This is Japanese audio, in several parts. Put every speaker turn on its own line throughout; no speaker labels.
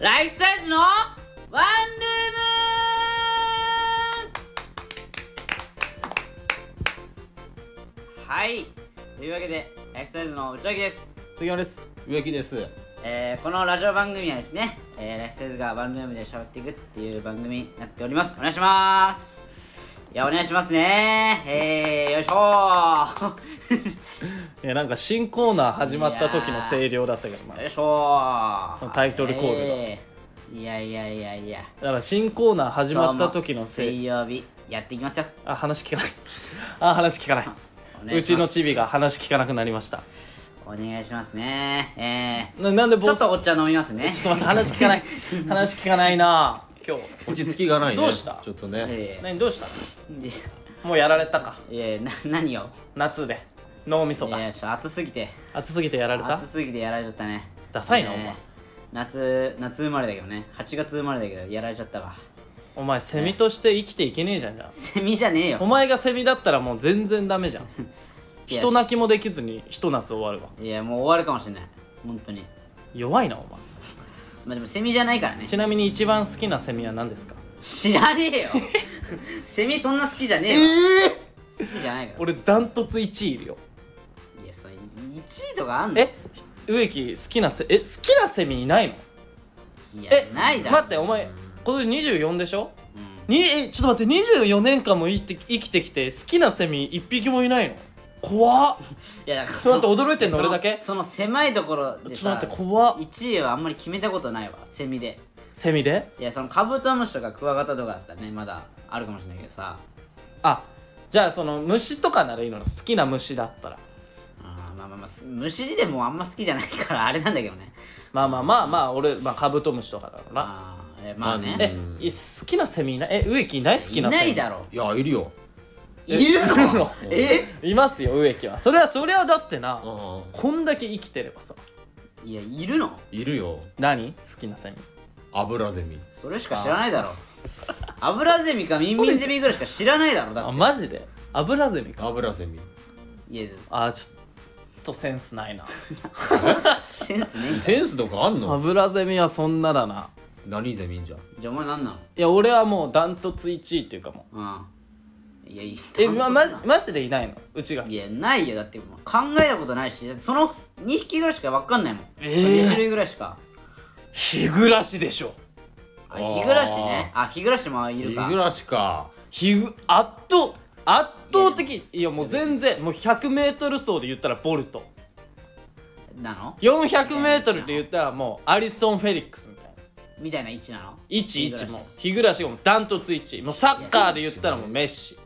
ライフサイズのワンルームはいというわけでライフサイズの内脇です、
杉山です植木です
えーこのラジオ番組はですね、えーライフサイズがワンルームで喋っていくっていう番組になっておりますお願いしますいやお願いしますねえー、よいしょー
いやなんか新コーナー始まった時の声量だったけどな
よいしょー
タイトルコールが
えーいやいやいやいや
だから新コーナー始まった時
どう
の
も
せ
水
い
曜日やっていきますよ
あ話聞かないあ話聞かない
お願いうし
ち
ま
の
す
チビが話聞かなくなりました
お願いしますねえ
ななんで
ー、ちょ
坊
っ
さん
とお茶飲みますね
ちょっと待って話聞かない 話聞かないな今日
落ち着きがないね
どうした
ちょっとね
え
何どうした
ーで
もうやられたか
いやいやな何を
夏で脳みそ
いや
が
ちょっと暑すぎて
暑すぎてやられた
暑すぎてやられちゃったね
ダサいな
ね
お前
夏夏生まれだけどね8月生まれだけどやられちゃったわ
お前セミとして生きていけねえじゃんじゃん
セミじゃねえ
お
よ
前がセミだったらもう全然ダ メじゃん
いや
人泣きもできずにひと夏終わるわ
いやもう終わるかもしれない本当に
弱いなお前
まあでもセミじゃないからね
ちなみに一番好きなセミは何ですか
知らね えよセミそんな好きじゃねえわ、好きじゃないから
俺ダントツ1位いるよ
いやそれ1位とかあんの
え植木好きなセえ好きなセミいないの
いや
え
ないだろ
待ってお前今年24でしょ
うん
にえちょっと待って24年間も生きて生きてきて好きなセミ1匹もいないの怖っ
いやだから
ちょっと
そ
待って驚いてんの
そ
俺だけ
その狭いところで
ちょっ
さ
と待って怖っ
1位はあんまり決めたことないわセミで
セミで
いやそのカブトムシとかクワガタとかだったらねまだあるかもしれないけどさ
あじゃあその虫とかならいいの好きな虫だったら
あーまあまあまあす虫でもあんま好きじゃないからあれなんだけどね
まあまあまあまあ俺、まあ、カブトムシとかだろうな
あーえまあね
まあ
え
ね
い好きなセミいないえ植木いない好き
い
なセミ
ないだろ
いやいるよ
え
いる
いる
の
の
え
いますよ植木はそれはそれはだってな、
あ
こんだけ生きてればさ
いやいるの
いるよ
何好きなセミ
油ゼミ
それしか知らないだろアブラゼミかミンミンゼミぐらいしか知らないだろだ
あ
って
マジでアブラゼミか
油ゼミ
いや
あちょっとセンスないな
センスねえんだよ
センスとかあん
ア
の
ブラゼミはそんなだな
何ゼミじゃ
じゃあお前何なの
いや俺はもうダントツ1位っていうかも
うんいやいい
え、ま、マジマジでいないのうちが
いやないよだってもう考えたことないしだってその2匹ぐらいしか分かんないもん、
ええ
2種類ぐらいしか
日暮らしでしょ
あ
あー
日暮らしねあ日暮らしもい
い
る
ぐ
から
しか
日ぐ圧倒圧倒的いやもう全然もう 100m 走で言ったらボルト
なの
400m で言ったらもうアリソン・フェリックスみたいな
みたいな位置なの
11も日暮らしがもうダントツ1もうサッカーで言ったらもうメッシ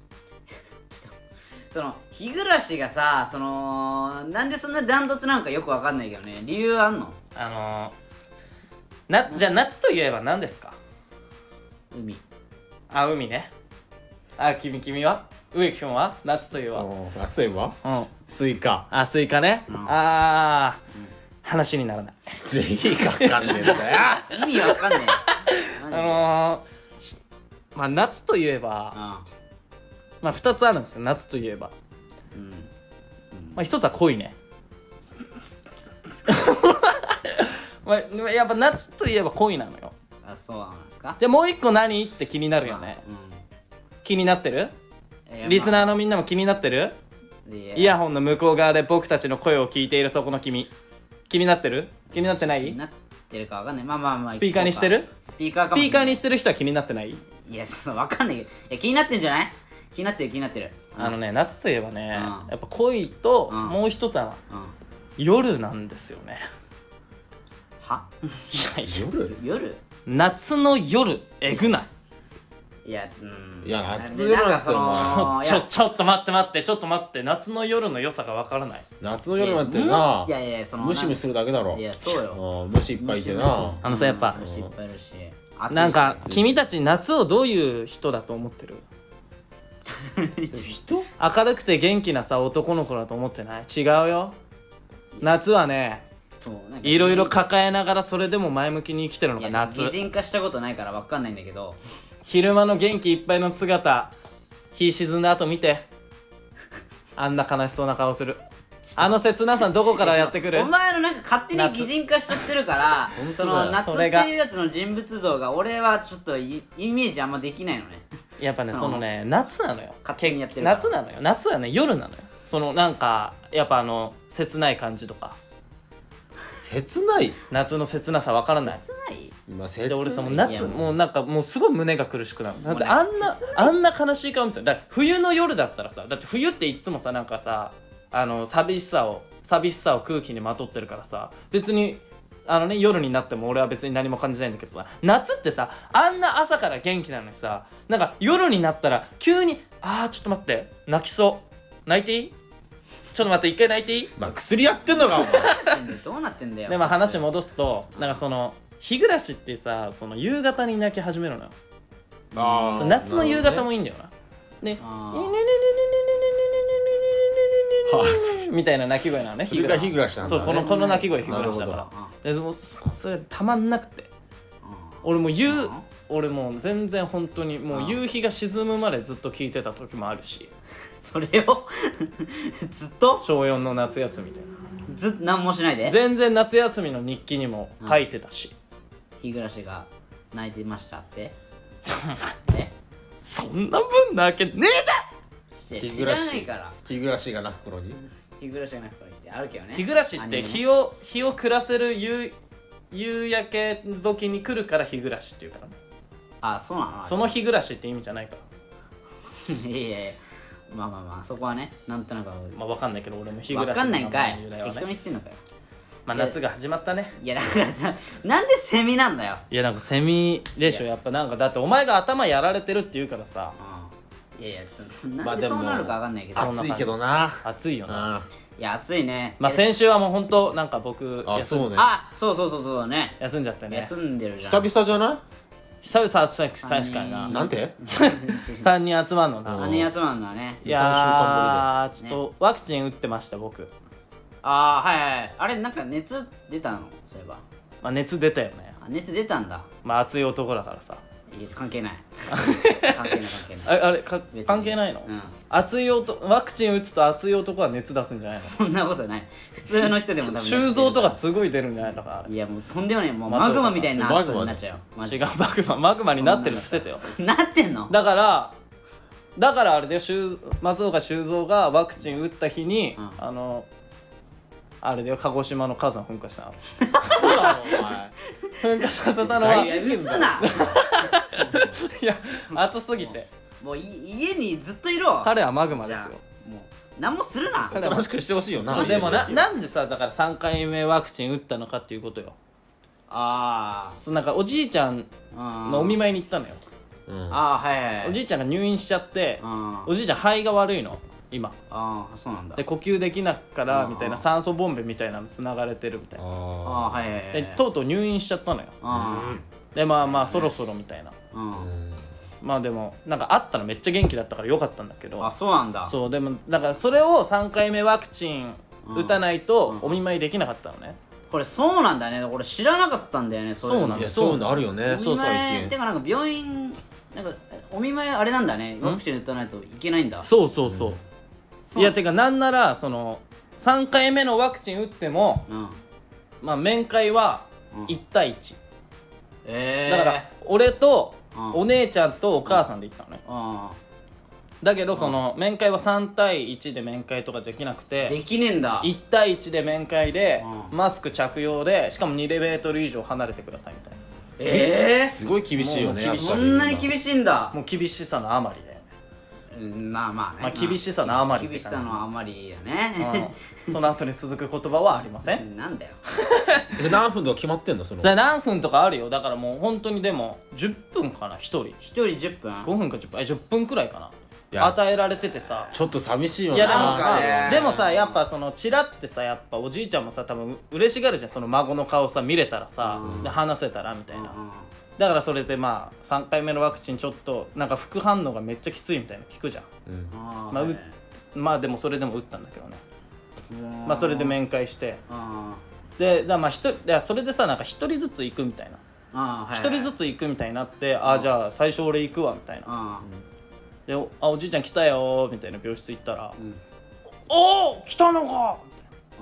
その日暮らしがさそのなんでそんなダントツなのかよく分かんないけどね理由あんの
あのー、なじゃあ夏といえば何ですか
海
あ海ねあ君君は植木君は夏といえばうん
あそういえばスイカ
あスイカね、
ん
あー、話にならない
ゼリーかかんねえんだよ
意味分かんない
あのー、しまあ夏といえば、
あ
まあ、2つあるんですよ夏といえば、
うん
まあ、1つは恋ね まあ、やっぱ夏といえば恋なのよ
あそうなんですか
でもう一個何って気になるよね
う
気になってる
んいや
リスナー
ま
のみんなも気になってる
あいや
イヤホンの向こう側で僕たちの声を聞いているそこの君気になってる気になってな
気
い
になってるかわかんないまあまあまあ
スピーカーにしてる
スピーカー
ス
かも
ピ
しれ
ーカ
な
ー
い
にしてる人は気になってない
いやそうわかんないけどいや気になってんじゃない気になってる気になってる
あのね夏といえばね
うん
やっぱ恋と
うん
もう一つは
うん
夜なんですよね
はい
やいや
夜
夜
夏の夜えぐない
いやうん
いやな
でなんかその
ちょ
いや
ちょっと待って待ってちょっと待って夏の夜の良さがわからない
夏の夜なんてない
やいやいやその
ムシムシするだけだろ
いやそうよ
うん虫いっぱいいてな
あのさやっぱ
虫いっぱいいるし
なんか
暑いし
君たち夏をどういう人だと思ってる
人
明るくて元気なさ男の子だと思ってない違うよ夏はね
そうなんか
いろいろ抱えながらそれでも前向きに生きてるの
い
が
や夏
夏
擬人化したことないからわかんないんだけど
昼間の元気いっぱいの 姿日沈んだ後見てあんな悲しそうな顔するあの切なさどこからやってくる
お前のなんか勝手に擬人化しちゃってるから
本
そ
当だ
の
よ
夏っ
そ
て
れが
いうやつの人物像が俺はちょっとイイメージあんまできないのね
やっぱね
そう
そのね夏なのよ
勝手にやってるから
夏なのよ夏はね夜なのよそのなんかやっぱあの切ない感じとか
切ない
夏の切なさわからない
ない
今切ない
で俺さもう
い
夏
やもう
もうなんかもうすごい胸が苦しくなるだって
もうね
あんなあんな悲しい顔見せるだって冬の夜だったらさだって冬っていっつもさなんかさあの寂しさを寂しさを空気にまとってるからさ別にあのね夜になっても俺は別に何も感じないんだけどさ夏ってさあんな朝から元気なのにさなんか夜になったら急に「あーちょっと待って泣きそう泣いていいちょっと待って一回泣いていい?」
まあ薬やってんのかお前
どうなってんだよ
でまあ話戻すとなんかその日暮らしってさその夕方に泣き始めるのよ
あー
そう夏の夕方もいいんだよな。ね、ねねねねねねねねねねね
あ
ねねねみたいな鳴き声なのね。
それが日暮らしなんだ
そうこのこの鳴き声日暮らしだ
なる
か
ほど
ら。でもうそそれたまんなくて、
う
俺もう夕
うん
俺もう全然本当にもう夕日が沈むまでずっと聞いてた時もあるし、
んそれを ずっと
小4の夏休みで、
ずっと何もしないで
全然夏休みの日記にも書いてたし。
日暮らしが泣いてましたって
そんな
ね
そんな分なわけねえだ。
知
日
知
暮
ら
ら
な
し
いから
日暮らしが泣く頃に
日暮らしが泣くからってあるけどね
日暮らしっ
アニメ
て
ね
日を日を暮らせる夕夕焼け時に来るから日暮らしっていうからね。
あそうなの
その日暮らしって意味じゃないか
いやいやいやまあまあまあそこはねなんとなくわかる
らまあわかんないけど俺も日暮
わ
らし
かんないんかい
の名前の由来
適当
は
に
ね
言ってんのかよ
まあ夏が始まったね
いやだからさなんでセミなんだよ、
いやなんかセミでしょやっぱなんかだってお前が頭やられてるって言うからさ
うん、いやいやそなん
まあ
で
でも
そうなるかわかんないけど、
あ
暑いけどな
暑いよな
あ
いや暑いね
まあ
いや
先週はもう本当なんか僕
あ
休
そうんね
あそうそうそうそうね
休んじゃってね
休んでるじゃ
久
ん
々じゃな
久々暑い確か
う
になん
いなんて
3人集まんの
々
な
うん
何やつなんだね
いやー
三週間ぶりで
ちょっとワクチン打ってました僕
ああはいはいあれなんか熱出たのそういえば
まあ熱出たよね
あ熱出たんだ
まあ暑い男だからさ
いや関係ない 関係ない関係ない
ああれか
別に
関係ないの
うん
熱い男ワクチン打つと熱い男は熱出すんじゃないの
そんなことない普通の人でも多分
収蔵とかすごい出るんじゃないのかあれ
いやもうとんでもないもう
松
マ
岡さん
グマみたいな
マ
暑
グ
さ
マ
になっちゃうよマジ
違うマグママグマになってるっつってたよ
なってんの
だからだからあれで修松岡修造がワクチン打った日に、
うん
あのあれで鹿児島の火山噴火したの
そうなのお前
噴火させたのはいい
や打つな
や暑すぎて
もうい家にずっといろ
彼はマグマですよ
じゃあもう何もするな
彼
おと
は
なしくしてほしいよな
そうでもな
な
なんでさだから3回目ワクチン打ったのかっていうことよ
あ
そうなんかおじいちゃん
あ
のお見舞いに行ったのよ、
ああはいはいはい
おじいちゃんが入院しちゃって、
あ
おじいちゃん肺が悪いの今
あーそうなんだ
で呼吸できなくから
うん
みたいな酸素ボンベみたいなのつながれてるみたいな
ああ
あ
はいはいはい
でとうとう入院しちゃったのよ
あ
でまあまあそろそろみたいな
あうん
ーうん
まあでもなんかあったらめっちゃ元気だったからよかったんだけど
あそうなんだ
そうでもだからそれを3回目ワクチン打たないとお見舞いできなかったのね
これそうなんだね俺知らなかったんだよねそういう
そう
の
なん
い
だ
やそういうのあるよね
お見舞い
最
て
近
かなんか病院なんかえお見舞いあれなんだねワクチン打たないといけないんだ
そうそうそう、
そう
いやてかなんならその3回目のワクチン打っても、
うん
まあ、面会は1対1、
ええ
だから俺と
うん
お姉ちゃんとお母さんで行ったのね、
あ
だけどその面会は3対1で面会とかできなく
あ
て
できねえんだ
1対1で面会で
うん
マスク着用でしかも2メートル以上離れてくださいみたいな
え
すごい厳しいよね
もう厳しい
そんなに厳
しい
しいんだ
もう厳しさのあまりだよね
うんまあまあね
まあ厳しさのあまりって
厳し
感
さ
じ
のあまりや ね
うんその後に続く言葉はありませ ん
なんだよ
何分とか決まってんのその
で何分とかあるよだからもう本当にでも10分かな1人
一人10分
5分か10分え10分くらいか
い
な
や
与えられててさ
ちょっと寂しいよ
い
な
やでも
なんかね
さでもさやっぱそのチラってさやっぱおじいちゃんもさ多分嬉しがるじゃんその孫の顔さ見れたらさ、で話せたらみたいな、
うん
だからそれでまあ3回目のワクチンちょっとなんか副反応がめっちゃきついみたいなの聞くじゃん
うん
あー
まあう
はい
まあでもそれでも打ったんだけどね
うん
まあそれで面会して
あ
でだからまあ一人だからそれでさなんか一人ずつ行くみたいな
ーあーはい
一人ずつ行くみたいになってああじゃあ最初俺行くわみたいな
あ
でおあおじいちゃん来たよーみたいな病室行ったら
ん
「おお来たのか!」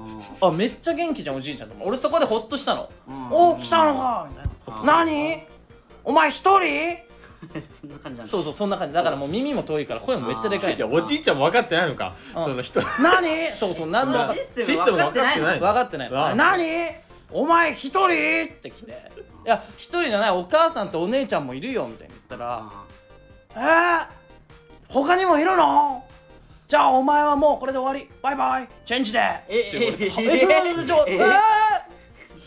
みたいな
う
あめっちゃ元気じゃんおじいちゃんと思う俺そこでホッとしたの
んうん
おお来たのかみたい
うん
な何お前一人
そんな感じなんだ
そうそうそんな感じだからもう耳も遠いから声もめっちゃでかい
い
の
やおじいちゃんも分かってないのか
うん
その人
何そうそう何も分かっ
シ
シ
ス
ス
テ
テ
ム分か
ム分
っ
かってて
な
ないい
の
の
分かってない
わ
何お前一人って来ていや一人じゃないお母さんとお姉ちゃんもいるよみたいに言ったら
あ
えー、他にもいるのじゃあお前はもうこれで終わりバイバイチェンジで
え
って言われ
え
ては
え
えちょち ょちょ
え
え
え
ー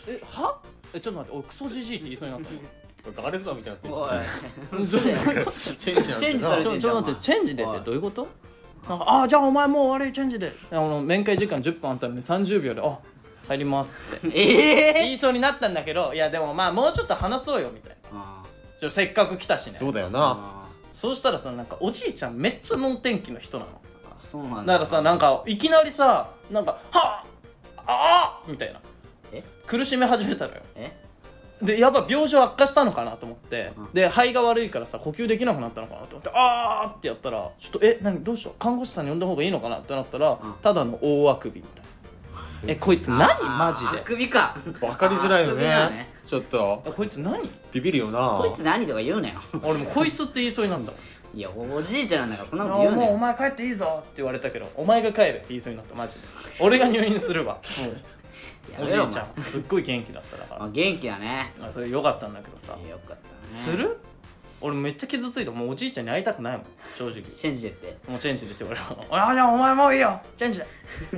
えはえちょっと待っておいクソじじいって言いそうになった
ガレスバーみたいに
おい
なって
のちょ
るチェンジなん
チ
て
ェンジさ
な
れ
ちょちょ待ってチェンジでってどういうことなんかあじゃあお前もう終わりチェンジであの面会時間10分あったのに30秒であ入りますって
ええ
言いそうになったんだけどいやでもまあもうちょっと話そうよみたいな
あ
ちょせっかく来たしね
そうだよな
あ
そうしたらさなんかおじいちゃんめっちゃ能天気の人なの
あそうなんだ
だからさなんかいきなりさなんか「はあああ!」みたいな
え
苦しめ始めたのよ
え
でやっぱ病状悪化したのかなと思って、
うん
で肺が悪いからさ呼吸できなくなったのかなと思って「ああ!」ってやったらちょっと「え何どうした看護師さんに呼んだ方がいいのかな?」ってなったら、
ん
ただの大あくびみたいな「えこいつ何マジ
あ
で
首か
分かりづらいよ
あ首だね
ねちょっと
えこいつ何?」
ビビるよな
こいつ何とか言うなよ
俺もこいつって言いそうになんだ
いやおじいちゃんなんだからそんなこと
も
言
う
うなよ
お前帰っていいぞって言われたけどお前が帰れって言いそうになったマジで俺が入院するわ
や
お
め
じい
ろ
ちゃ
お
んすっごい元気だっただか
前あ元気だね
らあそれよかったんだけどさ
いやよかったね
する俺めっちゃ傷ついたもうおじいちゃんに会いたくないもん正直
チェンジでって
もうチェンジでって言われる あじゃあお前もういいよチェン ジ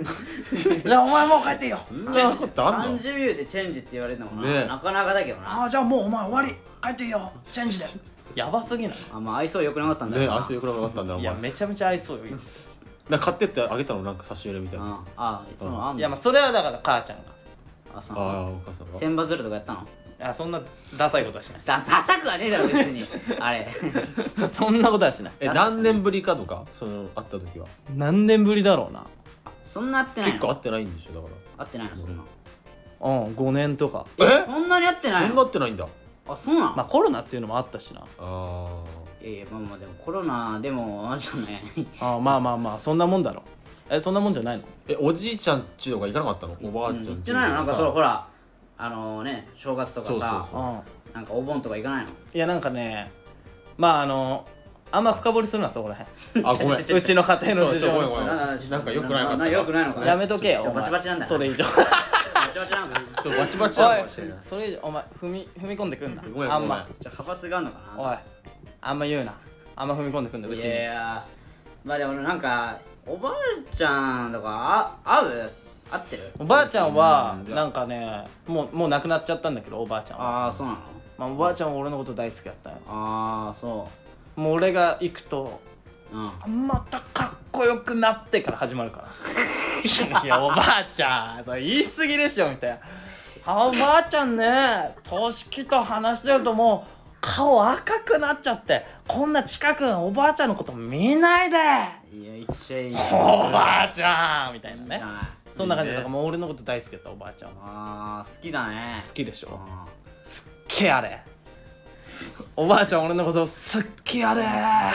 でじゃあお前もう帰っていいよ
チェンジってあんの
30秒でチェンジって言われるのもな,、
ねえ
なかなかだけどな
あじゃあもうお前終わり帰っていいよチェンジでやばすぎない
あんま愛想良くなかったんだ
ね
よな、
あいついくら分かったんだろう
い
お
や
前
めちゃめちゃ愛想よ今
なんか買ってってあげたのなんか差し入れみた
う
い
ん
な
ああそのあん
い
の
やまあそれはだから母ちゃんが
あそ
あ
の
あお母さんが
千羽鶴とかやったの
あそんなダサいことはしない
だダサくはねえだろ別 にあれ
そんなことはしない
え何年ぶりかとかその会った時は
何年ぶりだろうな
そんな合ってない
結
の
構会ってないんでしょだか
合ってないのそんな
うん5年とから
え
そんなに合ってない
そんな
の
会ってないんだ
あそうなの、
まあコロナっていうのもあったしな
あ
いやいやまあまあでもコロナでもあんじゃない
あまあまあまあそんなもんだろえそんなもんじゃないの
ーえおじいちゃんちとか行かなかったのおばあちゃんち
行っ
と
てないのなんかそのほ
ら
らあのね正月とかさ
そうそうそう
う
なんかお盆とか行かないの
んいやなんかねまああのあんま深掘りするなそこらへん
あごめん
うちの家庭の
そう
事
ちょごめん
情
ごめん
ああ
なんか良くないかった
な良くないのか
やめとけよ
ちょ
お前
バチバチなんだよ
それ以上
バチバチなんかな
そうバチバチなの
おい
かもしれない
それ以上お前踏み踏み込んでくんな
ごめんごめん
あんま
じゃあ派閥があるのかな
おいあんま言うなあんま踏み込んでくんなうち
い
に
やいやまあでもなんかおばあちゃんとかあ会う会ってる
おばあちゃんは
うん
なんかねもうもう亡くなっちゃったんだけどおばあちゃんは
ああそうなの
まあ、おばあちゃんは俺のこと大好きだったよ
ああそ
もう俺が行くと
ううん
またかっこよくなってから始まるからいやおばあちゃんそれ言い過ぎでしょみたいなあおばあちゃんね年季と話してるともう顔赤くなっちゃってこんな近くのおばあちゃんのこと見ないで
いやいっちゃいい
おばあちゃんみたいな
じゃ
ね
ない
そんな感じでだからもう俺のこと大好きだったおばあちゃんは
あー好きだね
好きでしょ
あ
けあれおばあちゃん俺のことすっきあれ
ー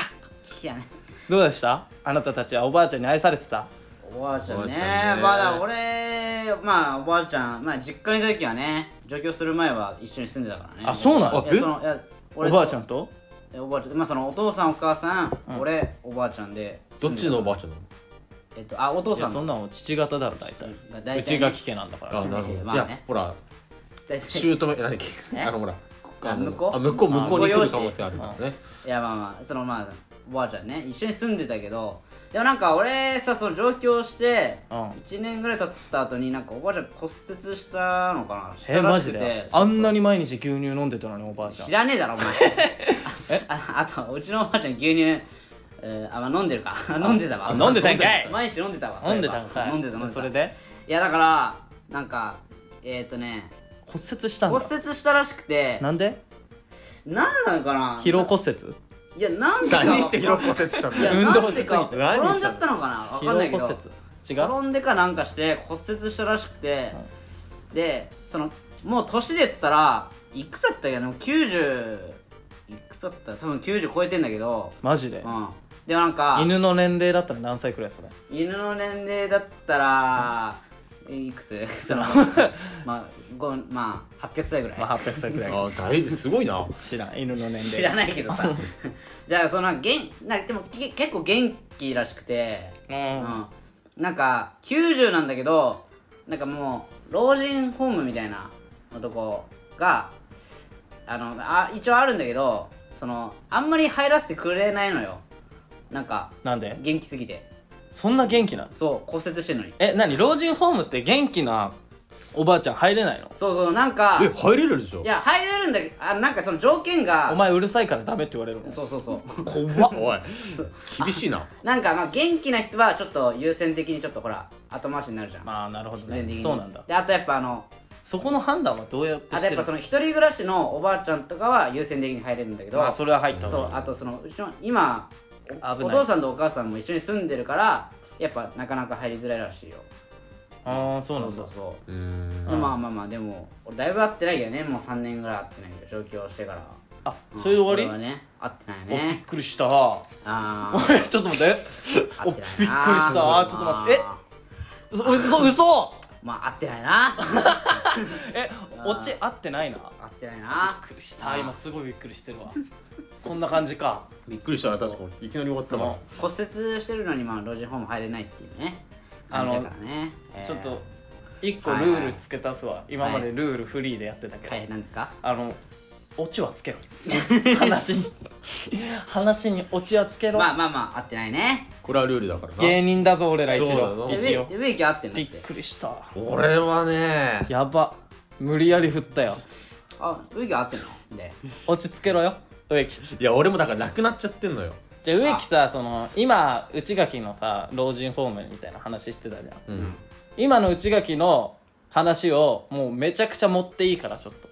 好きやね
どうでしたあなたたちはおばあちゃんに愛されてた
おばあちゃん
おば
ね
あちゃんね
まだ俺まあおばあちゃんまあ実家にいた時はね上京する前は一緒に住んでたからね
あそうな
の
いや
え
そのいや
お
俺
ばあちゃんと
えおばあちゃんまあそのお父さんお母さん、俺おばあちゃんで
どっちのおばあちゃんなの
えっとあお父
い
さ
や
ん
そんなの父方だろ大体
大体ね
うちが聞けなんだから
あなるほど、
まあね
いやほら
大体
姑え何だっ
え
けあのほらあの
向こう
あ向こう向こうに
あ
来
向こう
る可能性あるからね
いやまあまあそのまあおばあちゃんね一緒に住んでたけどでもなんか俺さその上京して
うん
1年ぐらい経った後になんかおばあちゃん骨折したのかなし
え
たら
マ
し
ジ
くて
であんなに毎日牛乳飲んでたのにおばあちゃん
知らねえだろお前
え
ああとうちのおばあちゃん牛乳、えーあまあ飲んでるか飲んでたわ
あ飲んでたんか い
毎日飲んでたわ
飲んでたんかい
飲んでた飲んでた
それで
いやだからなんかえっ、ー、とね
骨折したん
骨
だ
折したらしくて
なんで
なんなのかな
疲労骨折
いやなんでか
何して広骨折したん
いや
だよ
運動
なんでか
しすぎて
転んじゃったのかなわ
疲
かん
労
ないけ
骨
ど
折違う
転んでかなんかして骨折したらしくて、でそのもう年で言ったらいくつだったっけな90いくつだった多分90超えてんだけど
マジで
うんでもなんか
犬の年齢だったら何歳くらいそれ
犬の年齢だったら、いく つそのまあごまあ800歳ぐらい、
まあ800歳くらい
あーだいぶすごいな
知らん犬の年齢
知らないけどさ じゃあそのげんなでもけ結構元気らしくて、
うん
うん、なんか90なんだけどなんかもう老人ホームみたいな男があのあ一応あるんだけどそのあんまり入らせてくれないのよなんか
なんで
元気すぎて
そんな元気なの
そう骨折してるのに
え何老人ホームって元気なおばあちゃん入れないの
そうそうなんか
え入れるでしょ
いや入れるんだけどあなんかその条件が
お前うるさいからダメって言われるの
そうそうそう
怖っおい厳しいな
なんかまあ元気な人はちょっと優先的にちょっとほら後回しになるじゃん、
まあなるほど
必然的
ね
に
そうなんだ
であとやっぱあの
そこの判断はどうやって
あ
し
とや
て
っ
る
ぱそ
の
の一人暮らしのおばあちゃんとかは優先的に入れるんだけど、
まあそれは入ったわ
そうあとそのうちの今お
危
お
ない
父さんとお母さんも一緒に住んでるからやっぱなかなか入りづらいらしいよ
ああそうなん
そ
だ
うそう
うーん
そうまあまあまあでも俺だいぶ会ってないけどねもう3年ぐらい会ってないけど上京してから
あそれで終
うん
わ
俺はね会ってない
りおびっ
ね
くりしたお
あ
い ちょっと待って
あ
お
会
びっ
って
く
な
り
いな
したあーちょっと待って
まあ
え嘘嘘嘘
まあ会ってないな
えオチ合ってないなびっ
会ってないな
くりした今すごいびっくりしてるわそんな感じか
びっくりしたな確かにいきなり終わったな
骨折してるのにまあ老人ホーム入れないっていうね
あ
感
の
じだからねえー
ちょっと一個ルール付け足すわ今までルールフリーでやってたけど
はいなんですか
あのオチはつけろ 話に話にオチはつけろ、
まあまあまあ会ってないね
これはルールだからな
芸人だぞ俺ら一
そうだぞ
応
え
一応
植植木は会ってんだ
び
っ
ってくりした
俺はね
やば無理やり振ったよ
あ植木は会ってんので
落ち着けろよ植木
いや俺もだからなくなっちゃってんのよ
じゃあ植木さその今内垣のさ老人ホームみたいな話してたじゃん
うん
今の内垣の話をもうめちゃくちゃ持っていいからちょっと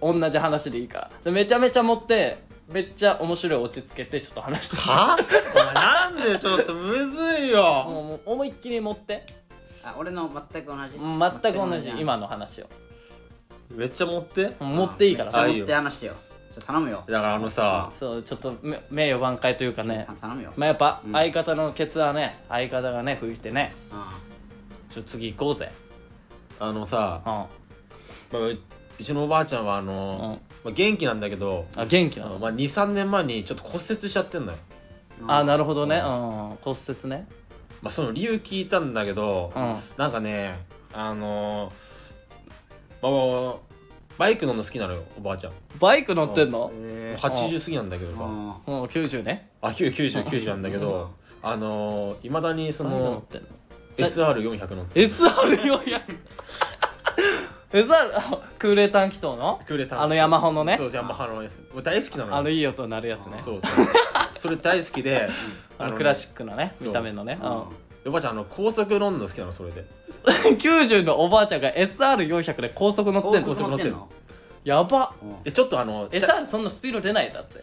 同じ話でいいからでめちゃめちゃ持ってめっちゃ面白い落ち着けてちょっと話して
はお前なんでちょっとむず
も
いよ
うもう思いっきり持って
あ俺の全く同じ
全く同じ
な
今の話を
めっちゃ持って
持っていいから
あ
あ
め
い
っ
い
ちゃ
よ
持って話してよちょっと頼むよ
だからあのさ
そうちょっとめ名誉挽回というかね
た頼むよ
まあやっぱ
うん
相方のケツはね相方がね拭いてね
う
ちょっと次行こうぜ
あのさ、
うん
まあ、ううちのおばあちゃんはあの、まあ、元気なんだけど
あ元気
あ
な
の
の
まあ、23年前にちょっと骨折しちゃってんのよ、
ん
あ
うん
なるほどねうん骨折ね
まあ、その理由聞いたんだけど、
うん
なんかねあのまあまあまあバイク乗るの好きなのよおばあちゃん
バイク乗ってんの
えー
80過ぎなんだけどさ、
うん
もう90ね
あ9090なんだけど、あのいまだにそ
バイク乗っ
の
てんの
SR400 乗って る
SR400 SR あ空冷短気筒の
クーレタン
あのヤマホのね
そうヤマハのやつもう大好きなのよ
あのいい音鳴るやつね
そうそう それ大好きで
あのクラシ
ッ
ックのね
そう
見た目のねうん
クおばあちゃんあの高速乗るの好きなのそれで
90のおばあちゃんが SR400 で高速乗ってん
高
の
速乗ってんの
やば
うん
でちょっとあのちゃ
SR そんなスピード出ないだって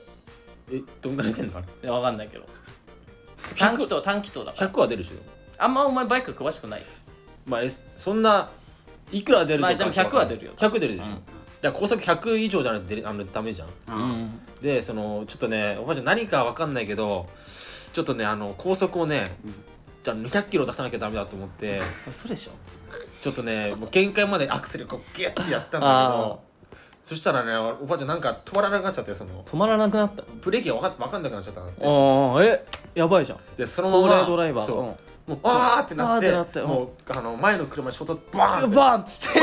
えどんぐらい出んのあれ
いやわかんないけど短気筒短気筒だから
100は出るでしょ
あんまお前バイク詳しくない
まあ、S、そんないくら出るとか
まあでも100は出るよ
100出るでしょ、
うん
だから高速100以上じゃないと出れあのダメじゃん
うん
でそのちょっとねおばあちゃん何かわかんないけどちょっとねあの高速をね、
うん
じゃあ200キロ出さなきゃダメだと 思って
嘘でしょ
ちょっとねもう限界までアクセルこうギュッてやったんだけ
あ
どそしたらねおばあちゃんなんか止まらなくなっちゃってその
止まらなくなった
ブレーキがわかわかんなくなっちゃったんだって
ああえやばいじゃん
でそのま
高齢
ま
ドライバー
そううんもうあーってなっ
あー
て
ってなって
もうあの前の車に衝突バーンって
バーンっつって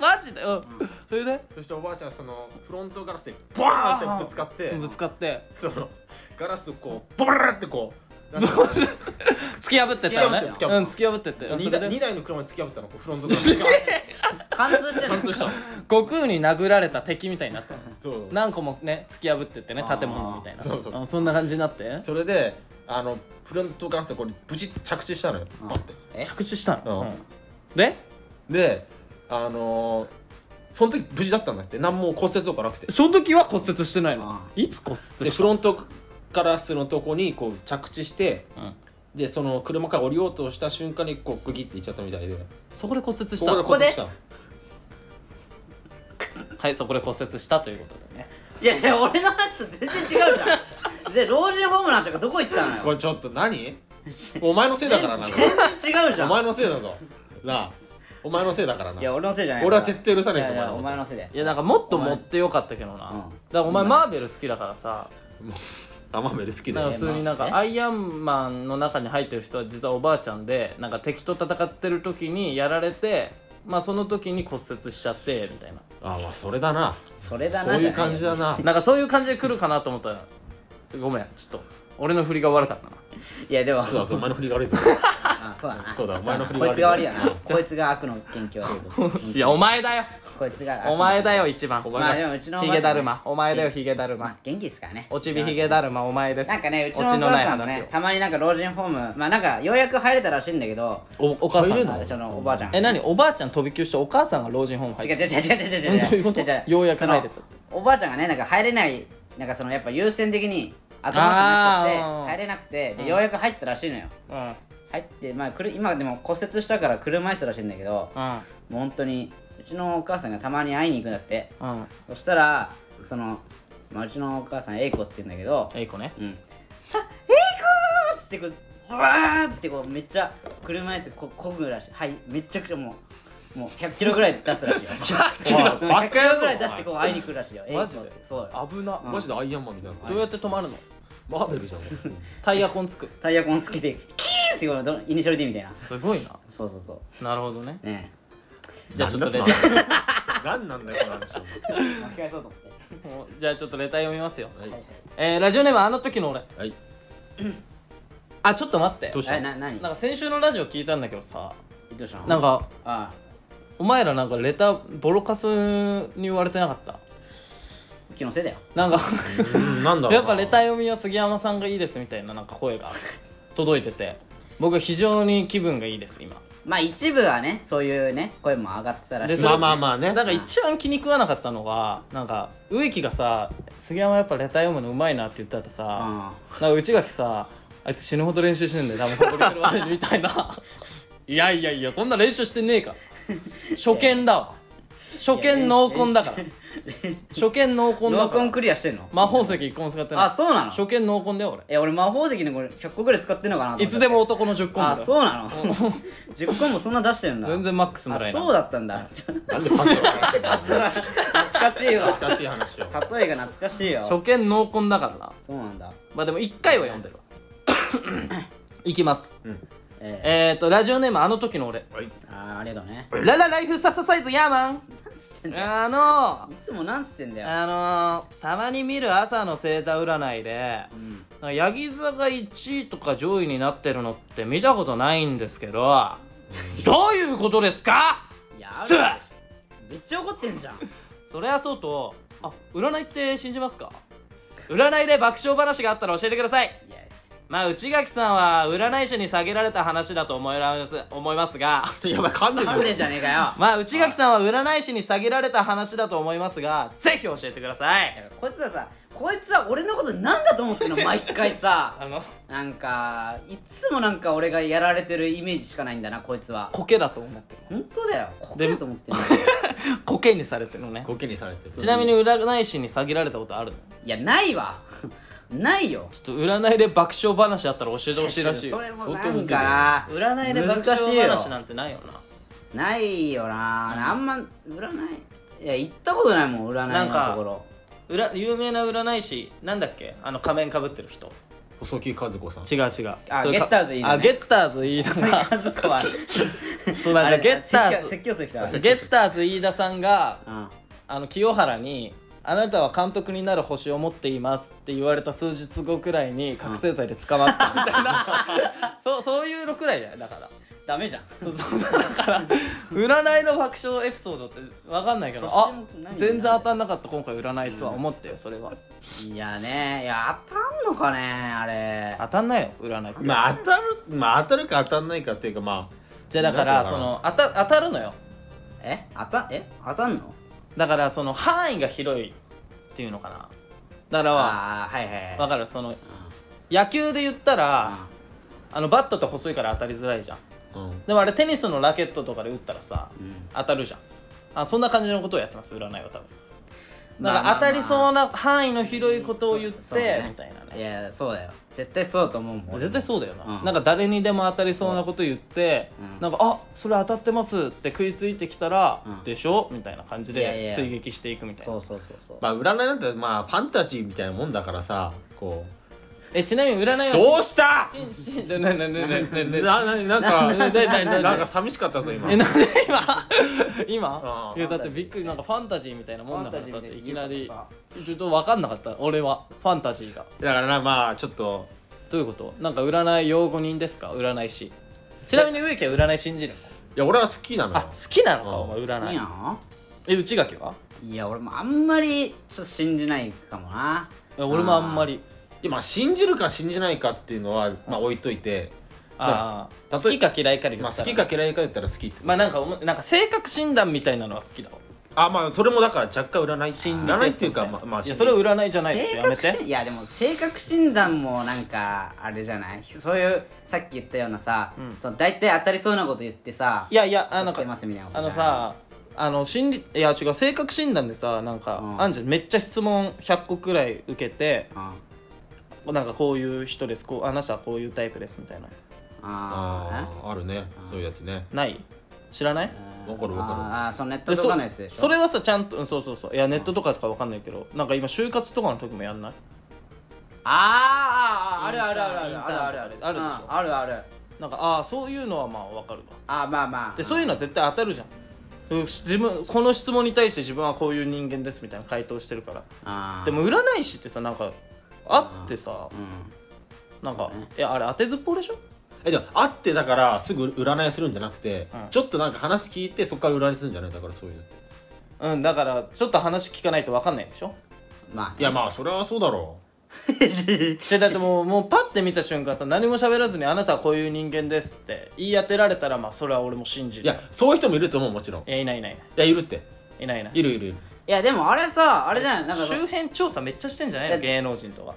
マジでうんそれで
そしておばあちゃんそのフロントガラスでバーンってぶつかって
ぶつかって
そのガラスをこうボルルってこうな んか
突き破ってったよねうん
突き破って
突き破ってってうんそ
2
れ
台二
で
台の車に突き破ったのこうフロントガラスが
貫通してんの
貫通したの
悟空に殴られた敵みたいになったの
そう
何個もね突き破ってってね
あー
建物みたいな
そうそうん
そんな感じになって
それであのフロントガラスでこうブチッて着地したのよ
うん
パッて
え
着地したの
うん
うんで
であのーその時無事だったんだって何も骨折とかなくて
その時は骨折してないの
あ
いつ骨折した
でフロントガラスのとこにこう着地して
うん
でその車から降りようとした瞬間にこうグギっていっちゃったみたいでこ
そこで骨折し
こ
た
で
の
骨折したの
はいそこで骨折したということでね
いやいや俺の話と全然違うじゃんで老人ホームの話がどこ行ったの
こ
よ
れちょっと何お前のせいだからな
全然違うじゃ
お
ん
前のせいだぞなあお前のせいだからない
や俺のせいじゃない
俺は絶対許さない
い
ぞ
やいやお
お
前
前
の
の
せいだよ
いやなんかもっと持ってよかったけどな、
お前うん
だからお前マーベル好きだからさ
アマベル好きだ
なん
よ
か普通になん
ね
かアイアンマンの中に入ってる人は実はおばあちゃんでなんか敵と戦ってる時にやられてまあその時に骨折しちゃってみたいな
あまあそれだな
それだな
そうい
じゃ
う
な
感じだ な
なんかそういう感じで来るかなと思ったらごめんちょっと俺の振りが悪かったな い
やでも
そうだそうお前の振りが 悪いぞ
あそうだな
そうだお前の振り
こ
が悪い
いつが悪いよなこいつが悪の元凶
いやお前だよ
こいつが悪の
お前だよ一番
お前
まあでもうちのおばあちゃ
ヒ
ん
ゲだるまお前だよヒゲだる
まあ
ま
元気ですからね
おちびヒゲだるまお前です
なんかねうちのお
オチ
母
ない
さんも
話
ね
を
たまになんか老人ホームまあなんかようやく入れたらしいんだけど
おお母さ
入れ
ん
ん
が
の
あうちのおばあちゃん
え何おばあちゃん飛び級してお母さんが老人ホーム入っ
違う
て
違う違う違う違う違
どういうこと
違違
ようやく入れた
そのおばあちゃんがねなんか入れないなんかそのやっぱ優先的に後回しになっちゃ
あ
っ
ー
て入れなくてで
うん
ようやく入ったらしいのよ
うん
入ってまあくる今でも骨折したから車椅子らしいんだけど
うん
もう本当にうちのお母さんがたまに会いに行くんだって
うん
そしたらその、まあ、うちのお母さん英子って言うんだけど
えいこね
うん、あ英子っつってこううわーっつってこうめっちゃ車椅子ここぐらしいはいめちゃくちゃもうもう100キロぐらい出すらしいよ100
キロバカ野郎
ぐらい出してこう会いに来るらしいよ英子
マ
っ
ジ
つ
で
ってそうよ
危な
マジでアイアンマンみたい
どう
な
やって止まるの
マーベルじゃん
タイヤコンつく
タイヤコンつけてキーッてこうどイニシャル D みたいな
すごいな
そうそうそ
なるほどね
うね
じゃあちょっとレ
なんだその話 何なんだよこの話
え巻き返そうと思って
もうじゃあちょっとレター読みますよ、
はい
えー、ラジオネームあの時の俺
はい
あちょっと待って
どうした
えな何
なん
ど
か先週のラジオ聞いたんだけどさ
うしたの
なんか
あ
お前らなんかレターボロカスに言われてなかった
あ気のせいだよ
なんか
うんなんだろうな
やっぱレター読みは杉山さんがいいですみたいななんか声が届いてて僕は非常に気分がいいです今
まあ一部はねそういうね声も上がってたらしい
で
まあまあまあね
なんか一番気に食わなかったのがなんか植木がさ杉山やっぱレター読むのうまいなって言った後さ、
あ
なんか内垣さあいつ死ぬほど練習してんだよ多分ここで来る割にみたいないやいやいやそんな練習してねえから初見だわ初見濃紺だから初見濃紺だ
ノー
か
コン
ら
クリアしてんの
魔法石一個も使ってない
あそうなの
初見濃紺だよ
え俺魔法石のこれ100個ぐらい使ってんのかなと思
俺
っ
い
て
つでも男の10コンボ
あ
だよ
そうなの10個もそんな出してるんだ
全然マックスもらえ
あ
ない
そうだったんだ
なんでパスを話してんだよ
懐かしいわ
懐かしい話を
例えが懐かしいよ
初見濃紺だからな
そうなんだ
まあでも1回は読んでるわ いきます
うん
え
えっ、ー、とラジオネームあの時の俺
はい
ー、あーありがとうね
ララライフサササイズヤーマンあのー
いつもなんつってんだよ、
あのー、たまに見る朝の星座占いで
うん、
なんか八木座が1位とか上位になってるのって見たことないんですけどどういうことですか
いや
す
あるめっちゃ怒ってんじゃん
それはそうとあ占いって信じますか占いで爆笑話があったら教えてください
いや
まあ内垣さんは占い師に下げられた話だと思います思いますが
やばい噛んで
噛ん
る
で
よ
んじゃねえかよ
まあ内垣さんは占い師に下げられた話だと思いますがぜひ教えてくださ
だ
い
からこいつはさこいつは俺のことなんだと思ってんの毎回さ
あの
なんかいつもなんか俺がやられてるイメージしかないんだなこいつは
コケだと思ってる
本当だよこけ
で
だと思ってんの
コケにされてるのね
コケにされてる
ちなみに占い師に下げられたことあるの
いやないわ ないよ
ちょっと占いで爆笑話あったら教えてほしいらしい
そ
よ
れもなんかな
占いで爆
難しい
笑
よ
話なんてないよ
ないよなあんま占いいや行ったことないもん占
ないん
の
か
ところ
な裏有名な占い師なんだっけあの仮面かぶってる人
細木和子さん
違う違う
あ
そ
ゲ
れか
ッターズ飯田ね
あゲッターズ飯 田さん
家族は
そうな
あ
んか
れ
ゲッター
説教説教す
ズ
る人だね
ゲッターズ飯田さんが
うん
あの清原にあなたは監督になる星を持っていますって言われた数日後くらいに覚醒剤で捕まったみたい な、そうそういうのくらいだよだから
ダメじゃん
そうそうそうだから占いの爆笑エピソードって分かんないけどあ
星も何
全然当たんなかった今回占いとは思ってよそれはい
やねいや当たんのかねあれ
当たんないよ占いって、
まあ当たるまあ当たるか当たんないかっていうかま
じゃあだから
なんつう
そ
の
の当た当たるのよ
え当たえ当たんの
だからその範囲が広いっていうのかなだから
ああはいはい
分
はい
かるその野球で言ったらあのバットって細いから当たりづらいじゃん
あうん
でもあれテニスのラケットとかで打ったらさ
うん
当たるじゃんあそんな感じのことをやってます占いは多分
まあ
なん
まあま
か
あ
当たりそうな範囲の広いことを言っ
そう
て
ね
みたいな
い
ね
やそうだよ絶対そうだと思うもん
絶対そうだよな、
うん
なんか誰にでも当たりそうなこと言って、
うん
なんか「あそれ当たってます」って食いついてきたら「
うん
でしょ?」みたいな感じ
いやい
で
や
追撃していくみたいな
そうそうそうそう
まあ占いなんてまあファンタジーみたいなもんだからさこ
えちなみに占いうは
どうした
しししねねねねねねね
なななんか
なななな
なんか寂しかったぞ 今
えなんで今今
あー
いやだってびっくりなんかファンタジーみたいなもんだから
ファ
さっ
ンタジ
て
ー
い
み
き
た
ない
な
りちょっと分かんなかった俺はファンタジーが
だからなまあちょっと
どういうことなんか占い用語人ですか占い師ちなみに植木は占い信じるの
いや俺は好きなの
あ
よ
好きなのか
あー
お前
好
占
き
い
なの
え内垣はい
や俺もあんまりちょっと信じないかもな
え俺もあんまり
今信じるか信じないかっていうのはまあ置いといて
ああ
ま
好
あ例え
きか嫌いかで言
まあ
った
好
ら
きか嫌いか言ったら好きって
まあなんかおもなんか性格診断みたいなのは好きだわ
あまあそれもだから若干占い占いっていうかまあまあ
いやそれは占いじゃないです
性
よや
格
めて
診いやでも性格診断もなんかあれじゃないそういうさっき言ったようなさ、
うん
その大体当たりそうなこと言ってさ
いやいやあの
当たってますみたいなこと
あのさあの心理いや違う性格診断でさなんか、
うん
あんじゃんめっちゃ質問100個くらい受けて
うんあ
なんかこういう人ですこうあなたはこういうタイプですみたいな
あ
あああるねそういうやつね
ない知らない
ー
わかるわかる
あーあーそのネット
で
と
そ
かのやつでしょ
それはさちゃんとうんそうそうそういやネットとかしかわかんないけどなんか今就活とかの時もやんない
あーあーあるあるあるあるあるある
あるでしょ
うんあるある
なんかああそういうのはまあわかるわ
あーまあまあ
でそういうのは絶対当たるじゃんうん自分この質問に対して自分はこういう人間ですみたいな回答してるから
あー
でも占い師ってさなんかあってさ
うん
なんか
そうね
いやあれ当てずっぽうでしょ
えじゃあ会ってだからすぐ占いするんじゃなくて、
うん
ちょっとなんか話聞いてそこから占いするんじゃないだからそういうのって
うんだからちょっと話聞かないと分かんないでしょ
まあ
い
ね
やまあそれはそうだろ
でだってもうもうパッて見た瞬間さ何も喋らずに「あなたはこういう人間です」って言い当てられたらまあそれは俺も信じ
う
る
いやそういう人もいると思うもちろんい
いやいないいないいな
やいるって
いいないいない
いるいるいる
いやでもあれさあれじゃないなんかそ
周辺調査めっちゃしてんじゃないの
え
芸能人とか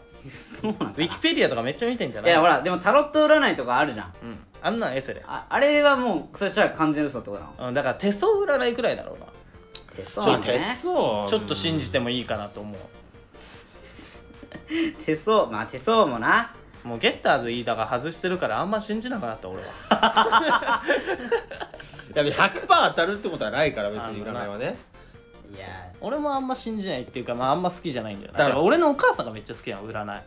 そうなん
ウィキペディアとかめっちゃ見てんじゃ
い
ない
やほらでもタロット占いとかあるじゃん
うん、あんなんエセで、
ああれはもうそしたら完全嘘ってことなの
うん、だから手相占いくらいだろうな
そう
ま
な
あ
んだ
手
ね
相
ちょっと信
じ
じてもいいかなと思
手相まあ手相もな
うもうゲッターズ飯田が外してるからあんま信じなくなった 俺は
いや100%当たるってことはないから別に
あの
占いはね
いや
俺もあんま信じないっていうか、まあ、あんま好きじゃないんだよな
だか
だ
ら
から俺のお母さんがめっちゃ好きなの占い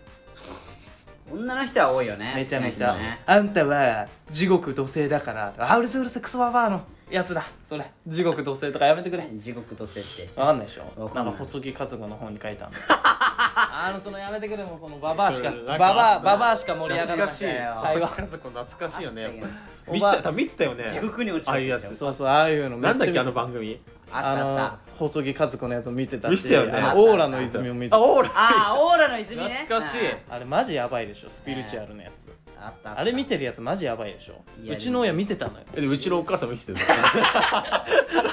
女の人は多いよね
めちゃめちゃ、
好きな人ね
あんたは地獄土星だからあうるせうるせクソババアのやつだそれ地獄土星とかやめてくれわ
地獄と設定
かんないでし
わ
ょ
かん
な
ない
んか細木家族の本に書いて あるあのそのやめてくれもうそのババアしか
それ
バ
なんか
バアババアしか盛り上がらない
懐かしい
会話
家族懐かしいよねやっ
あっ
ぱ見てた多分見てたよね
地獄に落ち
あ
た
あ
で
いう
しょ
やつ
そうそうああいうのめっち
な
ゃ
んだっけあ
見
の
て
番組
あった
あ
あっ
の
た
細木和子のやつも見てた
見
して
たよね
あのオーラの泉も見て
あ
た
オーラ
ああオーラの泉ね
懐かしい
あれマジやばいでしょスピリチュアルなやつ
うんあった
あれ見
て
てるやつマジやばいでしょ
いや
うちの親見てたのよ
えでうちのお母さんも見せてる
あ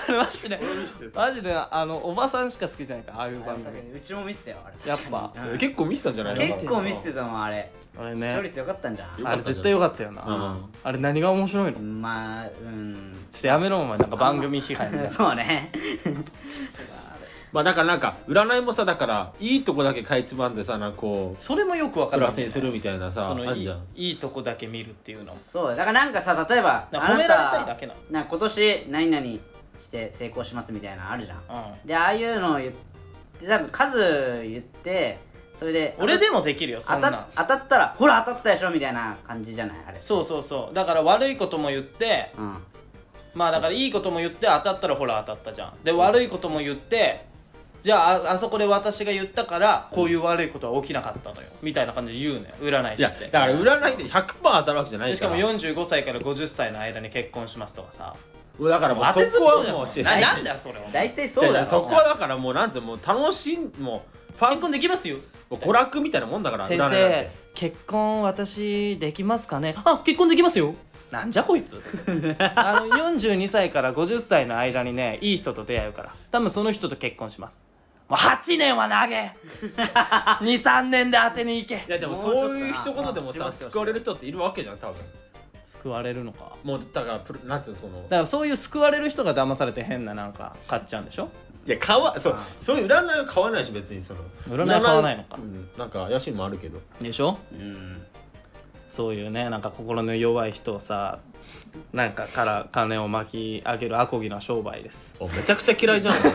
れマジで
俺見せてた
マジであのおばさんしか好きじゃないからああいう番組
うちも見てたよあれ
やっぱ
うん
結構見せたんじゃないの
結構見せてたもんあれ
あ
視
れ
聴
ね
率良かったんじゃん
よ
あれ絶対よかったよ
う
なんあれ何が面白いのちょ
まあうん
っとやめろお前なんか番組批判みたいな
そうね
まあだからなんか占いもさだからいいとこだけかいつまんでさなんかこ う
それもよくわか
プ
る
ラスにするみたいなさ
その
あん
い
じ
い
ゃん
いいとこだけ見るっていうのも
そうだからなんかさ例えば
なんか褒められたいだけなの
なんか今年何々して成功しますみたいなのあるじゃん
うん
でああいうのを言って多分数言ってそれで
俺でもできるよそ
当
ん
た
な
っ当
ん
た当たったらほら当たったでしょみたいな感じじゃないあれ
そうそうそうだから悪いことも言って
うん
まあだからいいことも言って当たったらほら当たったじゃんで悪いことも言ってじゃあああそこで私が言ったからこういう悪いことは起きなかったのよみたいな感じで言うのよ占い
い
師
や
って
だから占いで100%当たるわけじゃないから
でしかも45歳から50歳の間に結婚しますとかさ
だからもう
当
そ
てずっ
こ
ぽうじゃ
は
ん
もう違う
ななんだよそれは
大
結
体
違
そ
う
うだ
違
ろ
うそこはだからもうなんつうのもう楽しんもうファンも
婚できますよ
う娯楽みたいなもんだから占
先
いなん
生
て
結婚私できますかねあ結婚できますよなんじゃこい つあの42歳から50歳の間にねいい人と出会うから多分その人と結婚しますもう8年は投 げ23年で当てに行け
いやでもそうい
も
う
うちょっ
一
とな
言でも
ま
さ
あしますよ
救われる人っているわけじゃん多分
救われるのか
もうだからプロなんつうのその
だからそういう救われる人が騙されて変ななんか買っちゃうんでしょ
いや買わそう
あ
そういう占いは買わないし別にその
占い買わないのか
うんなんか怪しいのもあるけど
でしょ
うん
そういうねなんか心の弱い人をさなんかから金を巻き上げるアコギな商売です
おめちゃくちゃ嫌いじゃん
で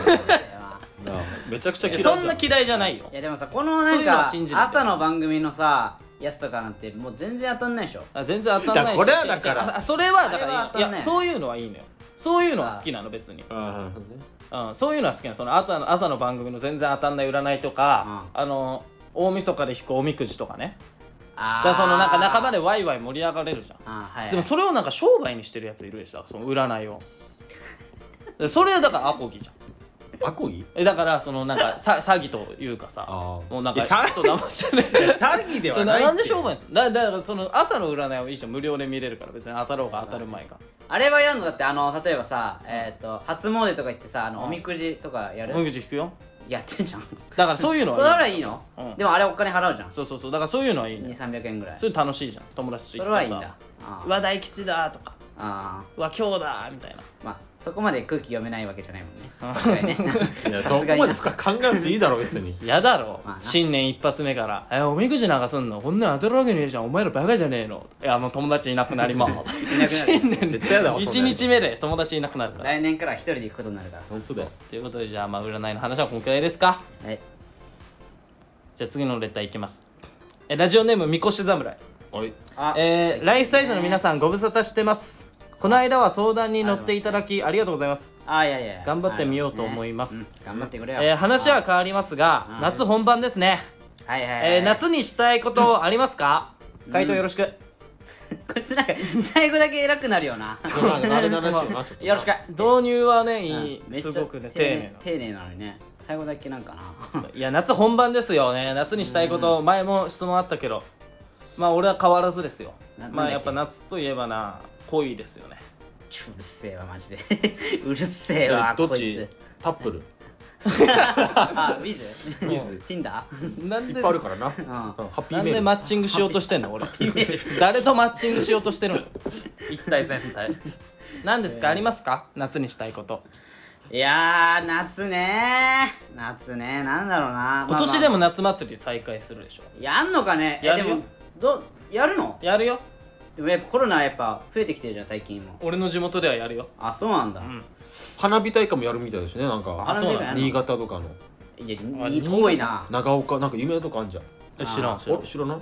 は
なあめちゃくちゃ嫌いじゃ
そんな嫌いじゃないよ
いやでもさこの
そう
ないん
うのは
か
信じるけど
朝の番組のさやつとかなんてもう全然当たんないでしょ
あ全然当たんないし
だからこれはだから
違う違うあそれはだか
あれは
ら
当
いい
た
い
んない
やそういうのはいいのよそういうのは好きなの別に、
あ
うん、そういうのは好きなのその朝の朝の番組の全然当たんない占いとか、あの大晦日で引くおみくじとかね
あ
だからそのなんか仲間
で
でワイワイ盛り上がれるじゃん
あーはい
でもそれをなんか商売にしてるやついるでしょその占いをでそれはだからアコギじゃん
あアコギ
えだからそのなんかさ詐欺というかさ
あー
もうなんか
いや詐欺
人騙してる
いや詐欺で
そ
は
う
ないって
なんで商売ですだだからその朝の占いはいいじゃん無料で見れるから別に当たろうが当たる前が
あれはやるのだってあの例えばさえっ、と初詣とか行ってさあの、
うん
おみくじとかやる、
おみくじ引くよ
やってんじゃん
だからそういう の
そ
は
れならいいの、
うん
でもあれお金払うじゃん
そうそうそうだからそういうのはいいね
2300円ぐらい
そ
そ
れ楽しいじゃん友達と
れ
行っ
はい
て
いん
さ
だあ
「
ー
うわ大吉だ」とか
あ
「うわ今日だ」みたいな
ーまあそこまで空気読めないわけじゃないもんね
うん
確 かにね
いや
さす
そこ
がに
ま
な
で深く考えなくていいだろ別に
やだろ、
まあな
新年一発目から「えおみくじなんかすんのこんなん当たるわけねえじゃんお前らバカじゃねえの」いやもう友達いなくなり ます
なくなる
新年
絶対やだわそんな
1
の
日目で友達いなくなるから
来年から一人で行くことになるから
本当だよ
ということでじゃあまあ占いの話はこのくらいですか
はい
じゃあ次のレターいきますえラジオネームみこし侍
おい
あ
えーライフサイズの皆さんご無沙汰してますこの間は相談に乗っていただきありがとうございます
あいやいや
頑張ってみようと思いま
あ
す
のねうん頑張ってくれよ、
えー話は変わりますが
うん
夏本番ですね
あはいはいはい、
えー夏にしたいことありますか回答よろしく
こいつなんか最後だけ偉くなるよ な
それはあれだらしいなちょっと
よろしく
導入はね
うん
いい
めっち
す
ゃ
ごくね
丁寧
丁
丁寧なのにね最後だけなんかな
寧ないや夏本番ですよね夏にしたいこと前も質問あったけどまあ俺は変わらずですよ
ななんだ
ま
っ
あ
け
やっぱ夏といえばな恋ですよね
ちょうるせえわマジで うるせえわ
どっ
こい
ち
つ
タップル
あウィズ
ウィズ
Tinder?
なん
いっ
で
ぱいあるからな、
う
ハッピ
な
ー
ん
メー
で
ル
マッチングしようとしてんの俺誰とマッチングしようとしてるの一体全体何ですか、ありますか夏にしたいこと
んいやー夏ねー夏ねーなんだろうな
今年でも
まあま
夏祭り再開するでしょ
あやんのかね
や
え
る
で
よ
もどやるの
やるよ
でもやっぱコロナやっぱ増えてきてるじゃん最近も
俺の地元ではやるよ
あそうなんだ、
花火大会もやるみたいですねなんか
あそうな
花火も
の
や
新
るの
潟とかの
いや
あ
に遠いな
長岡なんか有名なとこあんじゃん
え知らん
あ
知ら
お
ん
知らない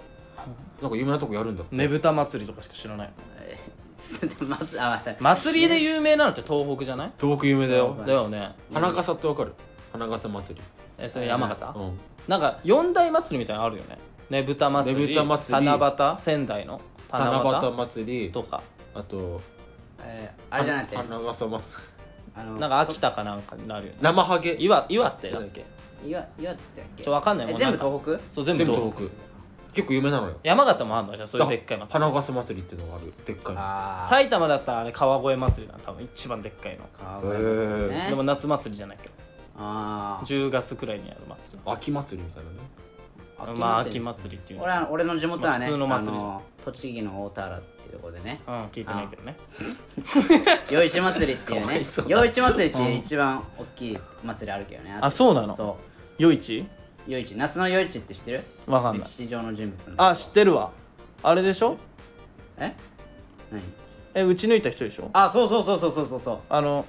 なんか有名なとこやるんだって
ねぶた祭りとかしか知らない
えちょっと待ってあ待って
祭りで有名なのって東北じゃない
東北有名だよ
はい
だよね
花笠ってわかる花笠祭り
えそれ山形
うん
なんか四大祭りみたいなのあるよねねぶた祭り
ねぶた祭り
七夕仙台の
七夕
七
祭
夕
り
とか
あと
えーあれじゃなくて
花笠祭
あの
なんか秋田かなんかになるよ
り
ね
生ハゲ
岩岩手だっけ
岩岩手だっけ
ちょわかんない
え
もう
全
な
部
んか
東北
そう全部
全部
東
東
北
北結構有名なのよ
山形もあんのじゃあそういうでっかい祭り
花笠祭りっていうのがあるでっかいの
あ
埼玉だったらあれ川越祭りなの多分一番でっかいの
あ川
へ
越
ー
ね
でも夏祭りじゃないけど
あ
10月くらいにやる祭
秋祭りみたいなね
あ
りまあ秋祭りっていうの
俺は俺の地元はね、
まあ普通の祭り
あの栃木の大田原っていうところで ね
うん聞いてないけどね
余市祭りっていう
かわ
ね
いそうだ
余市祭りっていう一番大きい祭りあるけどね
あそうなの
そ
夜市
う余市那須の余市って知ってる
わかんない
歴史上の人物の
あ知ってるわあれでしょ
え何
え打ち抜いた人でしょ
あそうそうそうそうそうそうそう
あの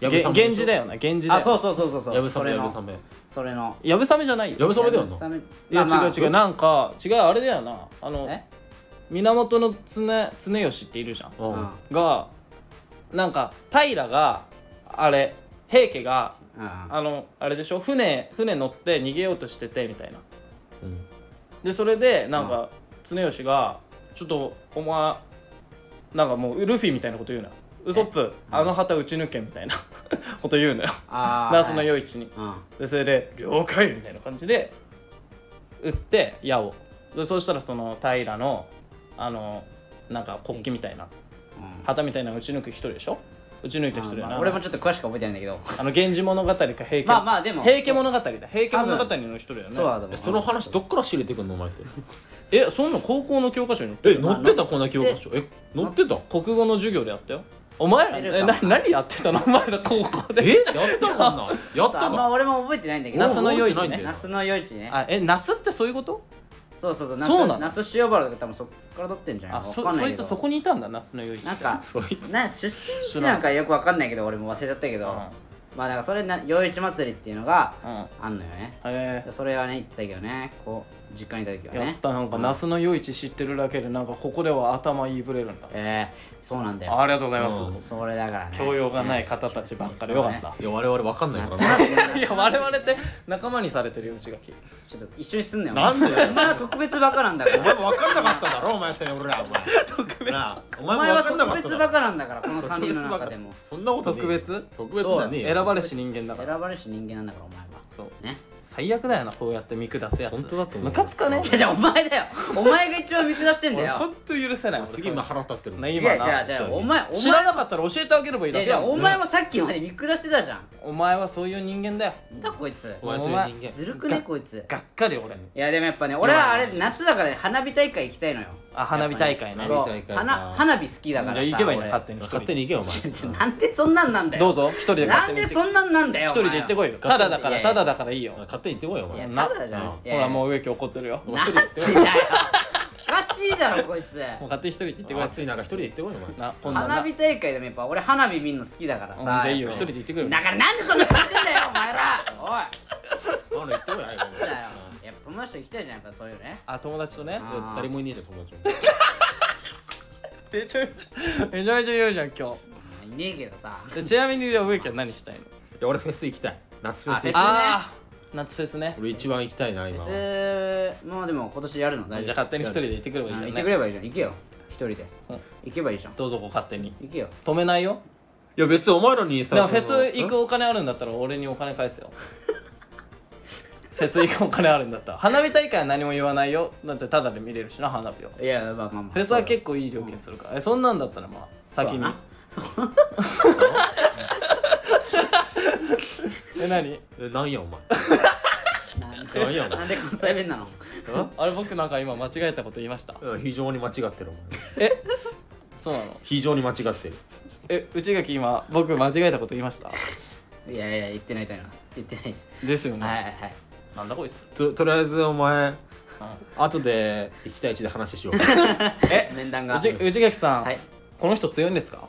げ
やぶさめ
源氏だよね源氏だよ
あ
ね
そうそうそうそうそう
やぶさ
それ
めやぶ
の
さめ
それの
やぶさめじゃないよ
やぶさめだよない
や違う違う
な
なんか違うあれだよなあの
え
源の常常義っているじゃん
うん
うん
がなんか平があれ平家が
あ
あのあれでしょ船船乗って逃げようとしててみたいな
うん
でそれでなんか常吉が「ちょっとお前なんかもうルフィみたいなこと言うなよウソップあの旗打ち抜け」みたいな こと言うのよ
あ
ナースの
う
夜市に
ん
でそれで「了解」みたいな感じで打って矢をでそうしたらその平のあのなんか国旗みたいな
うん
旗みたいなの打ち抜く一人でしょ打ち抜いた一人だよ
ま
な
あ俺もちょっと詳しく覚えてないんだけど
あの源氏物語か平家
まあまあでも
平家物語だ平家物語の一人だよね
そうだと思
え
う
その話どっから仕入れてくんのお前って
えそんな高校の教科書に載って
え
る
乗ってたこんな教科書え乗ってた
国語の授業でやったよお前
や
ら
ってる
え
か
な何やってた のお前ら高校で
えやったかなやった
あんま
か
俺も覚えてないんだけど
那須の夜市ね
覚えてないんだよ
那須の夜市ね
あえナスってそういうこと
そうそうそう
そう
那
なの
須那須塩原とか多分そっから取ってんじゃない
あ
わか
そ
んないけど
そいつそこにいたんだナスの夜市
なんか
そいつ
な出身地なんかよくわかんないけど俺も忘れちゃったけ
う
ど、
んうん
まあだからそれな夜市祭りっていうのが
へ
あんのよね
え
それはね言ってたけどねこう実家にいた時は
やっ
ね
ぱなんか那須の夜市知ってるだけでなんかここでは頭いいぶれるんだ
えー、そうなんだよ
ありがとうございます
うん
それだからね
教養がない方たちばっかりよかった
いや我々わかん ないからな
いうや我々って仲間にされてるようちがき
ちょっと一緒にすんなよ
なんでだよ
お前は特別バカなんだか
お
ら
前も分かんなかっただろお前やったね俺らお前特別なあお
お
前
前
も
は
分かんなか
特
った
別
だ
バ
ろ
カなんだからこの3人の中でも
そんなことね え
特別
特別だねえ
選ばれし人間だから
選ばれし人間なんだからお前は
そう
ね
最悪だよなこうやって見下すやつ
本当だと思う
ムカつかね
じゃじゃお前だよお前が一番見下してんだ
俺
よ
本当許せない俺
すげえ今腹立ってるん
ね
違う
今な
違う違うお前お
知ら
前
なかったら教えてあげればいい
いや
だ
い
けだ
や
も
お
ん
前もさっきまで見下してたじゃん
お前はそういう人間だよ
なんだこいつ
お前そういう人間
ずるくねこいつ
がっかり俺
いやでもやっぱね俺はあれ夏だから花火大会行きたいのよ
あ花火大会ね
そう
花火大会か
花花火好きだからさ
じゃあ行けばいいじゃん
俺
勝手に
勝手に行けよお前
ちょ なんでそんなんなんだよ
どうぞ一人で
なん
勝手
で
に
そんなんなんだよ
一人で行ってこいよ
お前
た
は
だだからただだからいいよ
勝手に行ってこいよお
いや
前
いやいやただじゃん
な
ほらも
う
う植木怒ってるよも
なんでだよおかしいだろこいつ
う勝手に一人で行ってこい
暑い中一人で行ってこいよお前
な今度はな
花火大会でもやっぱ俺花火見るの好きだから
う
さ
んじゃあいいよ
や
一
っ
人で行ってく
ぱ
る
だからなんでそんな感じだよお前らおい
ほら行ってこいよ早く
だよやっぱ友達と行きたいじゃんやっぱそういうのね
あ友達とね
あ
うん誰もいねえじゃん友達も
めちゃめちゃめちゃめちゃ言うじゃん今
いねえけどさ
日でちなみにじゃあ植木は何したいの
いや俺フェス行きたい夏フ
あ
ェス行き
フェ
たい
ス
あ
ああ夏フェスね
俺一番行きたいな今は
別もうでも今年やるの
じゃあ
大丈夫
勝手に一人で行ってくればいい
あ
じゃ
行
ん
ってく
ね
ればいいじゃん行けよ一人で
うん
行けばいいじゃん
どうぞこう勝手に
行けよ
止めないよ
いや別にお前らに
で
さ
もフェス行くお金あるんだったら俺にお 金返すよフェス行くお金あるんだったら花火大会は何も言わないよだってただで見れるしな花火を
いやまあまあまあ
フェスは結構いい料金するからえそんなんだったらまあ先にえ何
えなんやお前
なんで
なんやお前
なんで関西弁なの
あれ僕なんか今間違えたこと言いました
うん非常に間違ってるお前
えそうなの
非常に間違ってる
え内垣今僕間違えたこと言いました
いやいや言ってないと思います言ってないです
ですよね、
はいはいはい
なんだこいつ
ととりあえずお前後で1対1で話しよう
え面談が
内内垣さん、
はい
この人強いんですか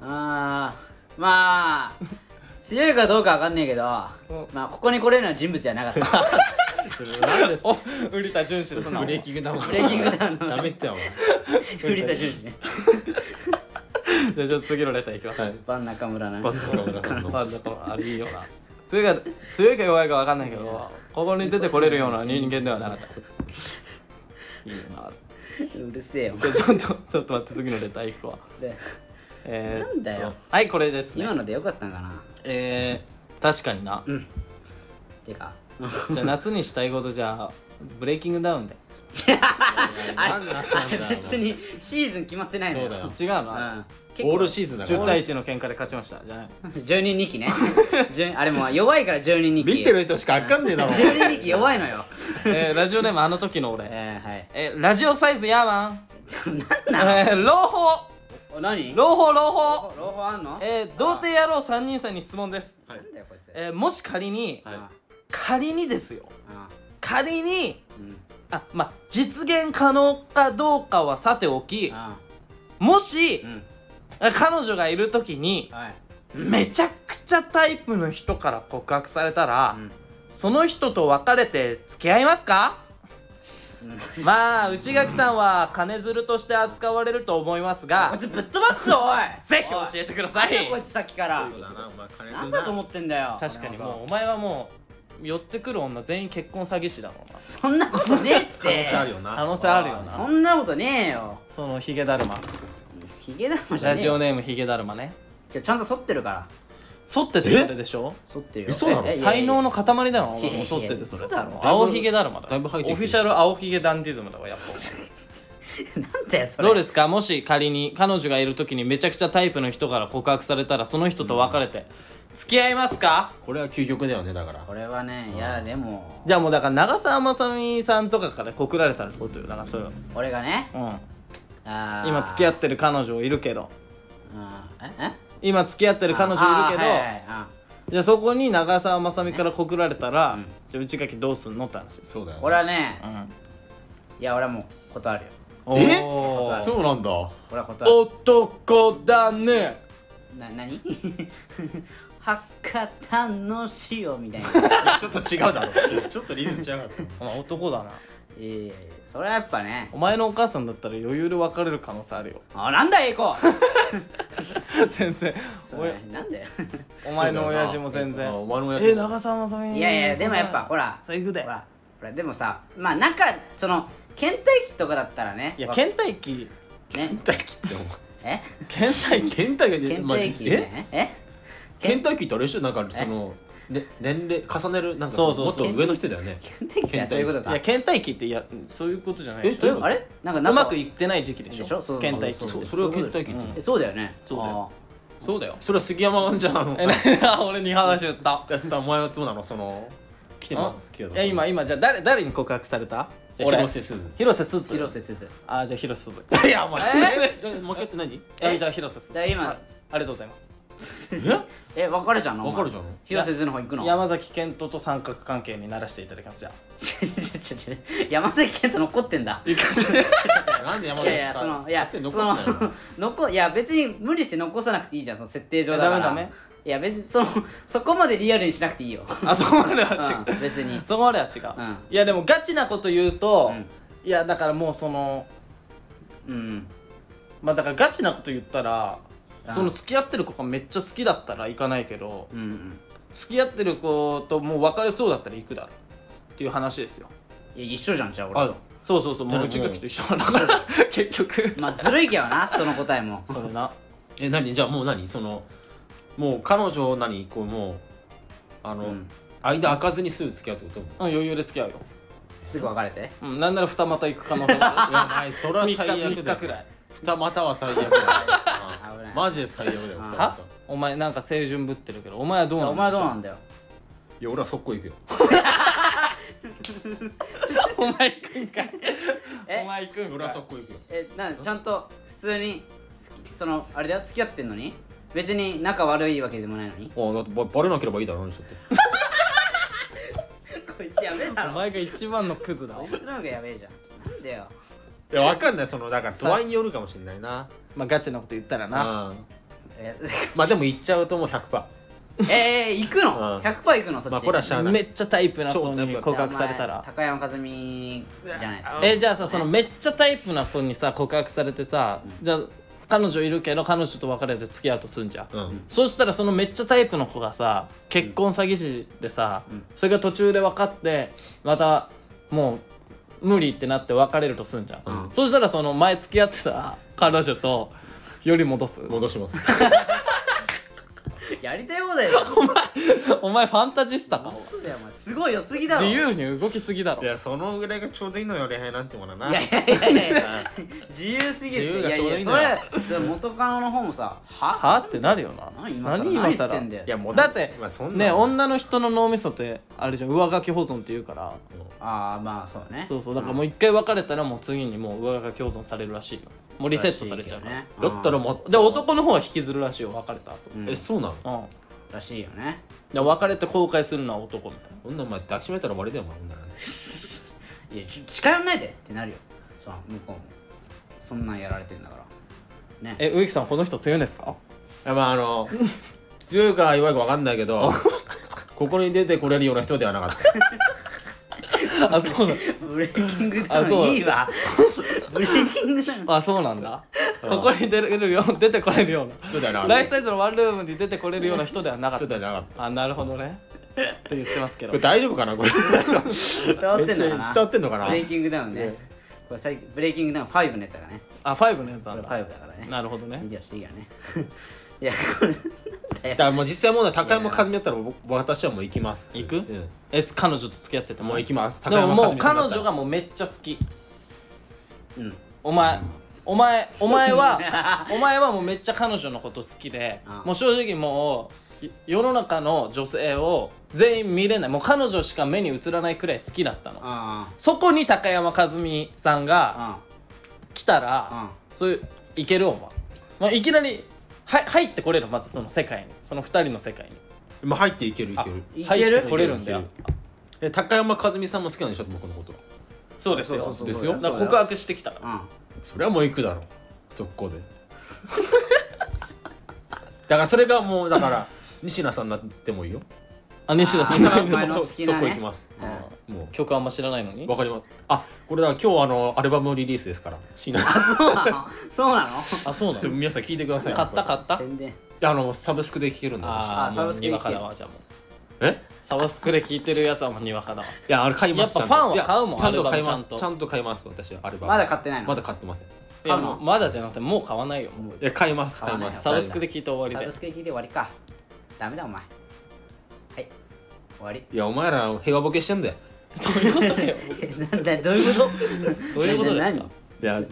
あーまあ強いかどうかわかんねえけどまあここに来れるような人物じゃなかった
それなん で
お瓜田純子すな
ブレーキングダウンブ
レーキングダウンの
ダメってよお前
栗田純司ね
じゃあちょっと次のレターいきます
はい
バン中村ね
バン中村さんの
まあ、だからあれいいよな強いか強いか弱いか分かんないけどここに出てこれるような人間ではなかったいいよな
うるせえよ
じゃあちょっとちょっと待って次のレターいくわ
で
えーっと
なんだよ
はいこれですね
今のでよかったんかな
えー、確かにな
てか
じゃあ夏にしたいことじゃあブレイキングダウンで
あ
何
れ
だ
あ
ったんだよお
れ
前
別にシーズン決まってないの
そうだよ
違うの、
うん
オールシーズンだか
10
ら
対1の喧嘩で勝ちましたじゃない
10人2期ね 10あれもう弱いから10人2期
見てる人しかあかんねえだ ろ
10人2期弱いの よ
えー、ラジオネームあの時の俺
えーはい
えーラジオサイズヤーマン
なんなの
えー朗報
お何
朗報朗報
朗報あんの
えー、童貞野郎3人さんに質問です
はい
なんだよこいつ
えーもし仮に、
はい
あ
仮にですよ
あ
仮に
うん
あまあ実現可能かどうかはさておき
あ
もし
うん
あ彼女がいる時に
はい
めちゃくちゃタイプの人から告白されたら、
うん
その人と別れて付き合いますか
うん
まあ内垣さんは金づるとして扱われると思います
こい
が
つぶっ飛ばすぞおい
ぜひ教えてくださ
なん
い
だこいつさっきから
そうだなお前金
なんだと思ってんだよ
確かにもうお前はもう寄ってくる女全員結婚詐欺師だもんな
そんなことねえっ
可能
て
性あるよな
可能性 あるよ
そ
なん
なことねえよ
そのヒゲだるま
ヒゲだもんじゃ
ラ
ねえ
ジオネームヒゲだるまね
今日ちゃんと剃ってるから
剃っててそれでしょ
剃ってるよ
嘘だろ
えいやいや
才能の塊だろお
いやいやい
前
や
剃っててそれ
嘘だろ
青ひげだるまだ
だいぶ生えてき
オ
てる
フィシャル青ひげダンディズムだわやっぱ
なんだよそれ
どうですかもし仮に彼女がいる時にめちゃくちゃタイプの人から告白されたらその人と別れて付き合いますか
これは究極だよねだから
これはねいやでも
じゃあもうだから長澤まさみさんとかから告られたらってことよだからそれは
俺がね
うん
あー
今付き合ってる彼女いるけど
あーええ
今付き合ってる彼女いるけど、
あーはいはいあ
じゃあそこに長澤まさみから告られたら、
うん
じゃあ内垣どうすんのって話です、
そうだよ
ー
ね
俺はね
うん、
いや俺はもう断るよ
え
おー
そうなんだ
俺は断る
男だね
な何 博多の塩みたい な
ちょっと違うだろ ちょっとリズム違う
お前男だない
やいやいやそれはやっぱね
お前のお母さんだったら余裕で別れる可能性あるよ
あなんだよ行こう
全然
それなんだよ
おお前の親父も全然
あお前の親父
え長澤まさみ
いやいやでもやっぱほら
そういうふうだ
ほ
よ
らほらでもさまあなんかその倦怠期とかだったらね
いや
わ
倦怠期
ね
倦怠期って
え
倦怠期
倦怠期って
倦怠期
え
ねえ
倦怠期ってあれでしょなんかそのね年齢重ねるなんか
そう
の
そうそう
もっと上の人だよね
倦怠期ってそういうこと
い
か
や倦怠期っていやそういうことじゃない
え
で
そ
し
れ
ょ
あれなんか
うまく
い
いってない時期でし
でしょ
ょ
そうそうそう
倦怠期
そ
っ
う
て
それは倦怠期って言っ
う
て
ん
そうだよね
そうだよそうだよ
それは杉山はじゃああの
え
い
な 俺に話を言った
やそんなお前はそうなのその来てますけど
いや今今じゃあ誰誰に告白された俺
広瀬すず
広瀬すず
広瀬すず
あじゃあ広瀬すず
いやお前え負けって何
え
えじゃあ広瀬す
じ
ず
ゃあ今
あありがとうございます
え
え別れちゃうのお前
別れちゃうの
広瀬すずの方行くの
山崎賢人と三角関係にならしていただきますじゃあ
ちょちょちょちょ山崎賢人残ってんだ
いかし
なんで山
い
田
やいやそのいや
勝手に
そ
残すなよ
の 残いや別に無理して残さなくていいじゃんその設定上だから
えダメダメ
いや別にその そこまでリアルにしなくて いいよ、
あそこまでは違う、
うん、別に
そこまでは違う、
うん
いやでもガチなこと言うと、
うん
いやだからもうその
うん
まあだからガチなこと言ったら
うん
その付き合ってる子がめっちゃ好きだったら行かないけど
うんうん
付き合ってる子ともう別れそうだったら行くだろっていう話ですよ
いや一緒じゃんじゃあ俺
あ
そうそうそうもう内垣と一緒だから 結局
まあずるいけどなその答えも
それな
え何じゃあもう何そのもう彼女を何こうもうあ
う
の、
ん
間開かずにすぐ付き合うってこと
うん余裕で付き合うよ、
すぐ別れて
うん、なんなら二股行く可能性もあ
いやないそれは
る
最悪だよ
3日3日くらい
二股は最悪だ よ
危ない
マジで最悪だよ
あ
は
二股
お前なんか青春ぶってるけどお前はどう
じゃ
な
あ
の
お前はどうなんだよ
いや俺は速攻行くよ
お前行くんかい
え
お前行くん
俺
か
はい速攻行くよ
えなんちゃんと普通に好きそのあれだよ付き合ってんのに別に仲悪いわけでもないの に
あだってババレなければいいだろ何しとって
こいつやべえだ
お
ろ
前が一番のクズだ
こいつの方がやべえじゃんなんだよ
いやわかんないそのだから度合いによるかもしれないな
まあガチなこと言ったら
うん
な
え
まあでも行っちゃうともう100%
えー、行くの
うん
?100% 行くのそっち、
まあこれはしゃあない
めっちゃタイプな子
そう
に
やっぱ
告白されたら
高山和美じゃないですか
えじゃあさそのめっちゃタイプな子にさ告白されてさじゃあ彼女いるけど彼女と別れて付き合うとすんじゃん
うん
そしたらそのめっちゃタイプの子がさ結婚詐欺師でさ
うん
それが途中で分かってまたもう無理ってなって別れるとすんじゃ
うん
んそしたらその前付き合ってた 彼女とより戻す
戻 します
やりたい放題だよ
お前ファンタジスタか
本当だよお前すごい良すぎだろ
自由に動きすぎだろ
いやそのぐらいがちょうどいいのよ恋愛なんてものはいな
やいやいやいや自由すぎるって
自由がちょうどいいんだよ
やそれそれ元カノの方もさは
はってなるよな
何今更
何
何
今
言って
更
んだよ
いやもう
だって
まあそんな
ね女の人の脳みそってあれじゃん上書き保存って言うから
ああまあそうね
そうそうだからもう一回別れたらもう次にもう上書き保存されるらしいよもうリセットされちゃうから
らしいけ
だ
どね
ったらもう
で男の方は引きずるらしいよ別れた後
うん
えそうなの
うん
らしいよね
で抱別れて後悔するのは男みたい
そんなお前抱きしめたら終わりだよお前ほんなら
いやち近寄んないでってなるよその向こうもそんなんやられてんだからね
なえ植木さんこの人強いんですか
いやまああの強いか弱いか分かんないけどここに出てこれるような人ではなかった
あそうなん
ブレイキングダ
あ
ウン
そう
いいわブレイキングダウン
あそうなんだここに出れるよ出てこれるよう
人ではな
な
か
ライ
っ
フサイズのワンルームに出てこれるような人ではなか
た
っ
人ではなかった
あなるほどねって言ってますけ
た
ど
これ大丈夫か なこれ
伝わってんのか
めっち
な
ゃ伝わってんのかな
ブレイキングダウンね
ね
これ最近ブレイキングダウン5のやつだからね
あファイブのやつな
これ
んだ
5だからね
なるほどね
見てほしいよね いやこれ
だからもう実際問題高山和美だったら僕私はもう行きます
行く
うん
え彼女と付き合ってても
もう行きます
でももう彼
さんだっ
女
たら
がもうめっちゃ好き
うん
お前お前お 前はお前はもうめっちゃ彼女のこと好きで
うん
もう正直もうい世の中の女性を全員見れないもう彼女しか目に映らないくらい好きだったの
あ
そこに高山和美さん
あ
が
あ
来たら
あ
そういういけるお前、まあ、いきなりは入ってこれるまずその世界にその二人の世界に
まあ入っていけるいける
い
あ
ける
入ってこれるんだよ
いけえ高山和美さんも好きなんでしょ僕のこと
そうですよ
そうそうそう
ですよ
だから告白してきたから
うん
それはもう行くだろう速 攻でだからそれがもうだから西名さんになってもいいよ
あ西田さ
あ
ん
ー
西田さ
お
ん
前の
そ
好きなね
そこ行きます
うん
も
曲あんま知らないのに
うわかりますあこれだから今日あのアルバムリリースですから椎名さん
そうなの そうなの
あそうな
ちょっと
の
皆さん聞いてください
買った買
っ
った
宣伝
たあのサブスクで聴けるんだ
あ
あ
あ
サ
サ
ブ
ブ
ス
ス
ク
ク
で聞
にわ
け
かだわじゃあもう
私え
サブスクで聴いてるやつはもうにわかだわ
いやあれ買います
やっぱファンはい
や
買うもん
ちゃ
ア
んと
ルバム
買いま
ちゃんと
すちゃんと買います私はアルバム
まだ買ってないの
まだ買ってませんい
いや
買うの
もうまだじゃなくてもう買わないよもう
や買います買います
サブスクで聴いて終
サ
わり
ブ
で
スクで聞いて終わりかダメだお前はい終わり
いやお前ら平和ボケしてんだよ
どういうこと だよ
なんだよどういうこと
どういうことですか
何
いや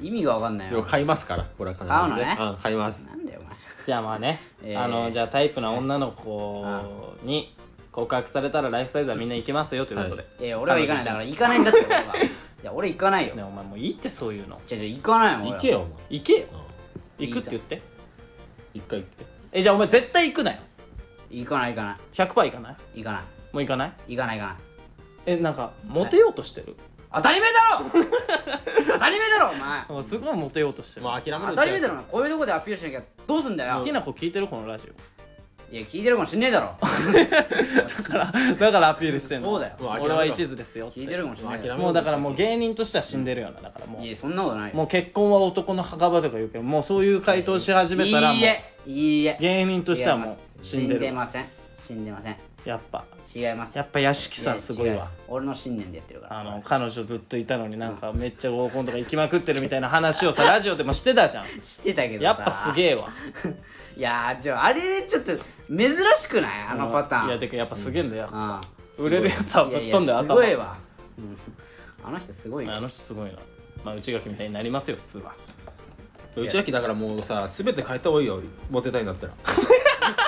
意味が分かんない
でも
よ
買いますからこれは必ず
買うのね
うん買います
なんだよお前
じゃあまあね、
えー
あのじゃあタイプな女の子に告白されたらライフサイズはみんな行けますよということで、
いや俺は行かないだから行かないんだって俺 はいや俺行かないよ
ねお前もういいってそういうの
じゃじゃ行かないもん俺
行
は
けよお前
行けよ
うん
行くって言って
一回行って
えじゃあお前絶対行くなよ
行かない行かない
100%行かない
行かない
もう行かない
行かない行かない
えなんかモテようとしてる、
当たり前 だろ当たり前だろお前
なんかすごいモテようとしてる、
もう諦める
当たり前だろお前こういうとこでアピールしなきゃどうすんだよ
好きな子聞いてるこのラジオ
いや聞いてるかもしんねえだ ろ
だから だからアピールしてんの
そうだよ
もう諦め
俺
ろ
は一途ですよって
聞いてるかもしんねえだろ
もうだからもう芸人としては死んでるよなだからも
いうやそんなことないよ
もう結婚は男の墓場とか言うけどもうそういう回答し始めたらも
いういえいいえ
芸人としてはもう死んで
違い
る
ます死んでません
やっぱ
死んでません違います
やっぱ屋敷さんすごい
や違う
わ
俺の信念でやってるから
あの彼女ずっといたのになんかめっちゃ合コンとか行きまくってるみたいな話をさラジオでもしてたじゃん
知ってたけどさ
やっぱすげえわ
いやーじゃああれちょっと珍しくないあのパターン
いやてかやっぱすげえんだよ
あ
売れるやつはぶっ飛んで
す
頭
ごいわうんあの人すごい
あ
よ
の人すごいなまあ内垣みたいになりますよ普通は
内秋だからもうさ全て変えた方がいいよモテたいんだったら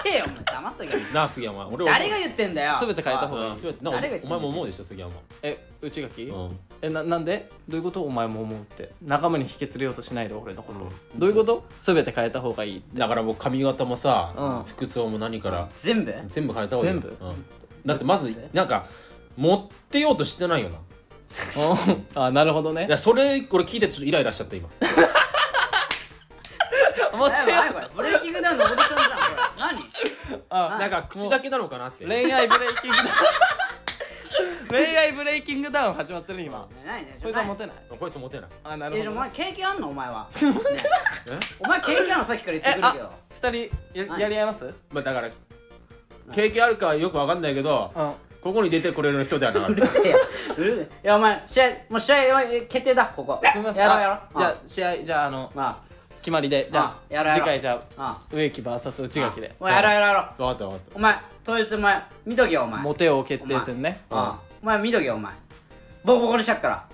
見てよお前黙っとけ よ
なあ杉山俺
誰が言ってんだよ
全て変えた方が
うん全てなお
誰が言ってん
お
だよ
前も思うでしょ杉山
え内垣、
うん
えななんでどういうことお前も思うって仲間に引き連れようとしないで俺のこと、どういうこと全て変えた方が いい
だからもう髪型もさ
うん
服装も何から
全部
全部変えた方がいいよ
全部
うんだってまずなんか持ってようとしてないよな
あなるほどね
いやそれこれ聞いてちょっとイライラしちゃった今
モ
や
テよ
ばいこれブレーキングダウンのオーディションじゃんこれ何
あ
なんか口だけなのかなって
恋愛ブレイキングダウン 恋愛ブレイキングダウン始まってる今
ね何ね
こいつはモテない
こいつモテない
あな
え
る
じゃあお
ほど
前経験あんのお前 はねお前経験あんのさっきから言って
え
くる
あ
けど
二人ややり合いますうん
まあだから経験あるかよくわかんないけどここに出てこれる人ではなかっ
う
た
るせえようるせえいやお前試合もう試合は決定だここや
組み
ろ
ま
う
す
やろ
あじゃあ試合じゃああの
ま
決まりでじゃあ
あやろうやろう
次回じゃあ
あ
植木 VS 内垣で
もうやろうやろうやろう
わかったわかった
お前当日お前見とけよお前
モテ王決定戦ね
あお前見とけよお前ボコボコにしちゃっから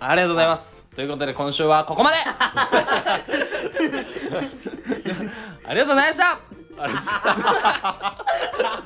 ありがとうございますということで今週はここまでありがとうございました